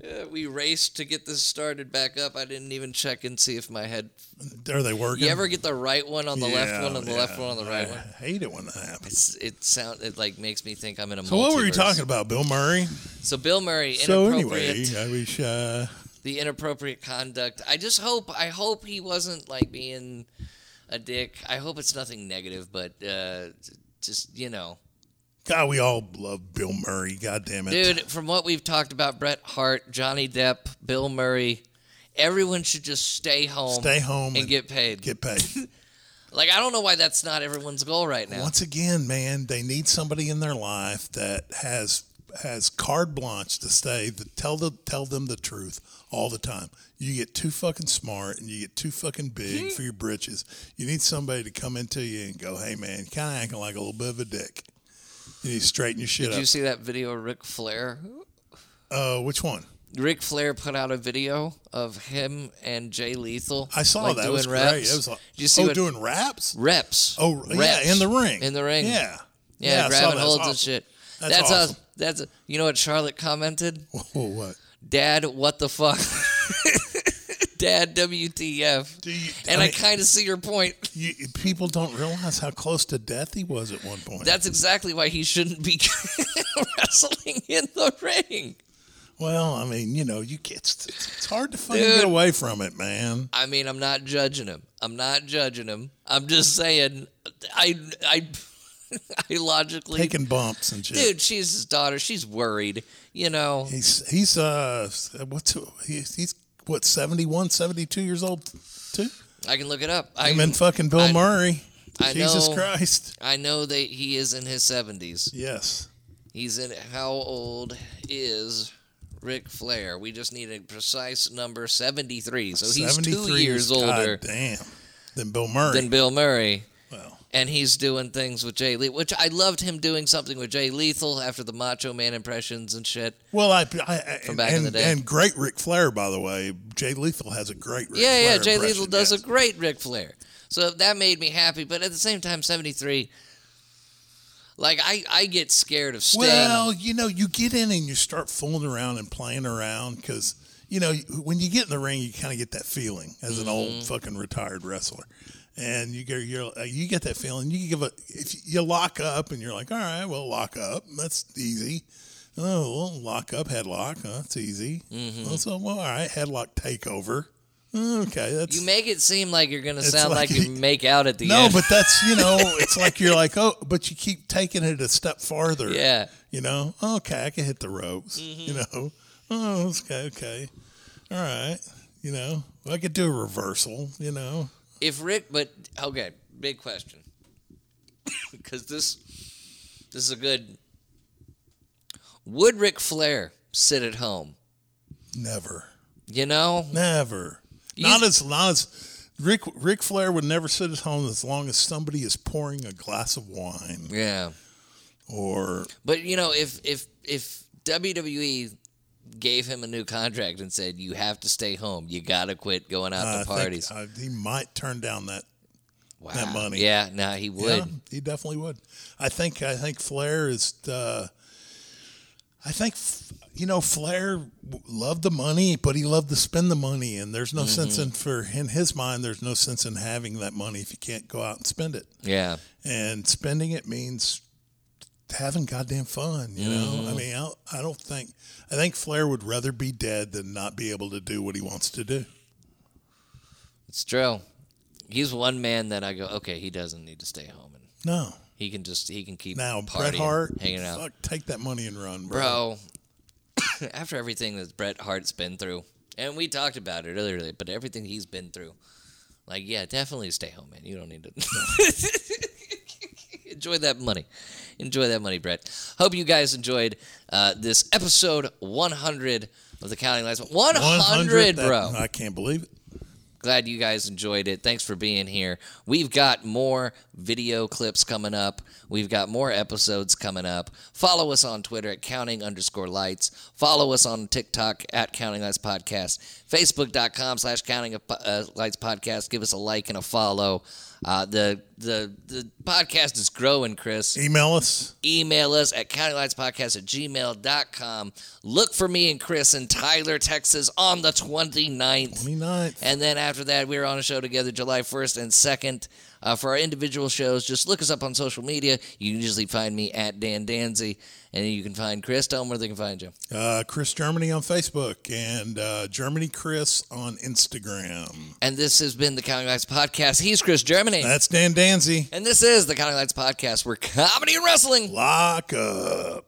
[SPEAKER 3] Uh, we raced to get this started back up. I didn't even check and see if my head.
[SPEAKER 1] Are they working?
[SPEAKER 3] You ever get the right one on the left
[SPEAKER 1] Yeah,
[SPEAKER 3] one on the left
[SPEAKER 1] yeah.
[SPEAKER 3] one on the right
[SPEAKER 1] I
[SPEAKER 3] one?
[SPEAKER 1] hate it when that happens.
[SPEAKER 3] It's, it sound it like makes me think I'm in a.
[SPEAKER 1] So what were you
[SPEAKER 3] multiverse.
[SPEAKER 1] talking about, Bill Murray?
[SPEAKER 3] So Bill Murray
[SPEAKER 1] So
[SPEAKER 3] inappropriate.
[SPEAKER 1] anyway, I wish. Uh,
[SPEAKER 3] the inappropriate conduct. I just hope I hope he wasn't like being a dick. I hope it's nothing negative, but uh, just you know,
[SPEAKER 1] God, we all love Bill Murray. God damn it,
[SPEAKER 3] dude. From what we've talked about, Bret Hart, Johnny Depp, Bill Murray, everyone should just stay home,
[SPEAKER 1] Stay home
[SPEAKER 3] and, get paid.
[SPEAKER 1] get paid.
[SPEAKER 3] like I don't know why that's not everyone's goal right now.
[SPEAKER 1] Once again, man, they need somebody in their life that has has carte blanche to say the tell the tell them the truth all the time. You get too fucking smart and you get too fucking
[SPEAKER 3] Mm-hmm.
[SPEAKER 1] big for your britches. You need somebody to come into you and go, "Hey, man, kind of acting like a little bit of a dick." You need to straighten your shit
[SPEAKER 3] Did
[SPEAKER 1] up.
[SPEAKER 3] you see that video of Ric Flair?
[SPEAKER 1] uh, which one?
[SPEAKER 3] Ric Flair put out a video of him and Jay Lethal.
[SPEAKER 1] I saw
[SPEAKER 3] like,
[SPEAKER 1] that. It
[SPEAKER 3] doing
[SPEAKER 1] was
[SPEAKER 3] reps.
[SPEAKER 1] great. It was like,
[SPEAKER 3] Did you see
[SPEAKER 1] oh,
[SPEAKER 3] what
[SPEAKER 1] doing raps?
[SPEAKER 3] reps?
[SPEAKER 1] Oh,
[SPEAKER 3] Reps.
[SPEAKER 1] yeah, in the ring.
[SPEAKER 3] In the ring.
[SPEAKER 1] Yeah.
[SPEAKER 3] Yeah,
[SPEAKER 1] I saw
[SPEAKER 3] grabbing
[SPEAKER 1] that. Oh, It's
[SPEAKER 3] holds and
[SPEAKER 1] awesome.
[SPEAKER 3] shit.
[SPEAKER 1] That's
[SPEAKER 3] That's, us.
[SPEAKER 1] awesome.
[SPEAKER 3] That's you know what Charlotte commented.
[SPEAKER 1] Whoa, what?
[SPEAKER 3] Dad, what the fuck? Dad, WTF?
[SPEAKER 1] Do you-
[SPEAKER 3] and
[SPEAKER 1] I
[SPEAKER 3] I,
[SPEAKER 1] mean-
[SPEAKER 3] kind of see your point.
[SPEAKER 1] You, people don't realize how close to death he was at one point.
[SPEAKER 3] That's exactly why he shouldn't be wrestling in the ring.
[SPEAKER 1] Well, I mean, you know, you get it's, it's hard to fucking
[SPEAKER 3] Dude.
[SPEAKER 1] get away from it, man.
[SPEAKER 3] I mean, I'm not judging him. I'm not judging him. I'm just saying, I, I, I logically,
[SPEAKER 1] Taking bumps and shit.
[SPEAKER 3] dude, she's his daughter. She's worried. You know,
[SPEAKER 1] He's he's uh what's he's, he's what 71, 72 years old too.
[SPEAKER 3] I can look it up. I,
[SPEAKER 1] Him and fucking Bill
[SPEAKER 3] I-
[SPEAKER 1] Murray.
[SPEAKER 3] I
[SPEAKER 1] Jesus
[SPEAKER 3] know.
[SPEAKER 1] Christ.
[SPEAKER 3] I know that he is in his 70s.
[SPEAKER 1] Yes.
[SPEAKER 3] He's in how old is Ric Flair? We just need a precise number 73. So he's
[SPEAKER 1] 73
[SPEAKER 3] two
[SPEAKER 1] is
[SPEAKER 3] years older
[SPEAKER 1] Goddamn. Than Bill Murray.
[SPEAKER 3] than Bill Murray.
[SPEAKER 1] well,
[SPEAKER 3] And he's doing things with Jay Lethal, which I loved him doing something with Jay Lethal after the Macho Man impressions and shit.
[SPEAKER 1] well, I, I and,
[SPEAKER 3] back in the day.
[SPEAKER 1] and great Ric Flair, by the way. Jay Lethal has a great Ric
[SPEAKER 3] yeah,
[SPEAKER 1] Flair
[SPEAKER 3] yeah, Jay
[SPEAKER 1] impression,
[SPEAKER 3] Lethal does
[SPEAKER 1] yes.
[SPEAKER 3] a great Ric Flair. So that made me happy. But at the same time, 73, like, I, I get scared of Sting.
[SPEAKER 1] Well, you know, you get in and you start fooling around and playing around because, you know, when you get in the ring, you kind of get that feeling as an
[SPEAKER 3] Mm-hmm.
[SPEAKER 1] old fucking retired wrestler. And you get you're, uh, you get that feeling. You give a if you lock up and you're like, all right, well, lock up. That's easy. Oh, well, lock up, headlock. Huh, that's easy.
[SPEAKER 3] Mm-hmm.
[SPEAKER 1] mm So, well, all right, headlock takeover. "Oh, Okay, that's
[SPEAKER 3] you make it seem like you're going to
[SPEAKER 1] It's
[SPEAKER 3] sound
[SPEAKER 1] like
[SPEAKER 3] like, you
[SPEAKER 1] he-
[SPEAKER 3] make out at the
[SPEAKER 1] no,
[SPEAKER 3] end.
[SPEAKER 1] but that's you know, it's like you're like, oh, but you keep taking it a step farther.
[SPEAKER 3] Yeah. Mm-hmm.
[SPEAKER 1] You know, "Oh, okay, I can hit the ropes. You know, oh, it's okay, okay, all right. You know, I could do a reversal. You know,
[SPEAKER 3] if Rick, but okay, big question, because this this is a good. Would Ric Flair sit at home?
[SPEAKER 1] never,
[SPEAKER 3] You know,
[SPEAKER 1] never.
[SPEAKER 3] You-
[SPEAKER 1] not as not as Rick Rick Flair would never sit at home as long as somebody is pouring a glass of wine
[SPEAKER 3] yeah.
[SPEAKER 1] or
[SPEAKER 3] But you know, if if if WWE gave him a new contract and said you have to stay home, you gotta quit going out
[SPEAKER 1] I
[SPEAKER 3] to
[SPEAKER 1] think,
[SPEAKER 3] parties.
[SPEAKER 1] uh, he might turn down that
[SPEAKER 3] wow.
[SPEAKER 1] that money.
[SPEAKER 3] Yeah, no, he would.
[SPEAKER 1] Yeah, he definitely would. I think I think Flair is uh I think f- you know, Flair w- loved the money, but he loved to spend the money. And there's no
[SPEAKER 3] Mm-hmm.
[SPEAKER 1] sense in for in his mind. There's no sense in having that money if you can't go out and spend it.
[SPEAKER 3] Yeah.
[SPEAKER 1] And spending it means having goddamn fun. You
[SPEAKER 3] Mm-hmm.
[SPEAKER 1] know, I mean, I, I don't think I think Flair would rather be dead than not be able to do what he wants to do.
[SPEAKER 3] It's true. He's one man that I go, okay, he doesn't need to stay home and
[SPEAKER 1] No,
[SPEAKER 3] he can just he can keep
[SPEAKER 1] now
[SPEAKER 3] partying,
[SPEAKER 1] Bret Hart,
[SPEAKER 3] hanging out.
[SPEAKER 1] fuck, take that money and run, bro.
[SPEAKER 3] Bro, after everything that Bret Hart's been through, and we talked about it earlier, but everything he's been through, like, yeah, definitely stay home, man. You don't need to. Enjoy that money. Enjoy that money, Brett. Hope you guys enjoyed uh, this episode 100 of the Counting Lights. 100,
[SPEAKER 1] 100, that-
[SPEAKER 3] bro.
[SPEAKER 1] I can't believe it.
[SPEAKER 3] Glad you guys enjoyed it. Thanks for being here. We've got more video clips coming up. We've got more episodes coming up. Follow us on Twitter at counting underscore lights. Follow us on TikTok at counting lights podcast. Facebook.com slash counting uh, lights podcast. Give us a like and a follow. Uh, the, the, the podcast is growing, Chris
[SPEAKER 1] Email us.
[SPEAKER 3] email us at countylightspodcast at gmail.com. Look for me and Chris in Tyler, Texas on the 29th.
[SPEAKER 1] 29th.
[SPEAKER 3] And then after that, we are on a show together July 1st and 2nd. Uh, for our individual shows, just look us up on social media. You can usually find me at Dan Danzy, and you can find Chris. Tell them where they can find you.
[SPEAKER 1] Uh, Chris Germany on Facebook and uh, Germany Chris on Instagram.
[SPEAKER 3] And this has been the County Lights Podcast. He's Chris Germany.
[SPEAKER 1] That's Dan Danzy.
[SPEAKER 3] And this is the County Lights Podcast, where comedy and wrestling
[SPEAKER 1] Lock up.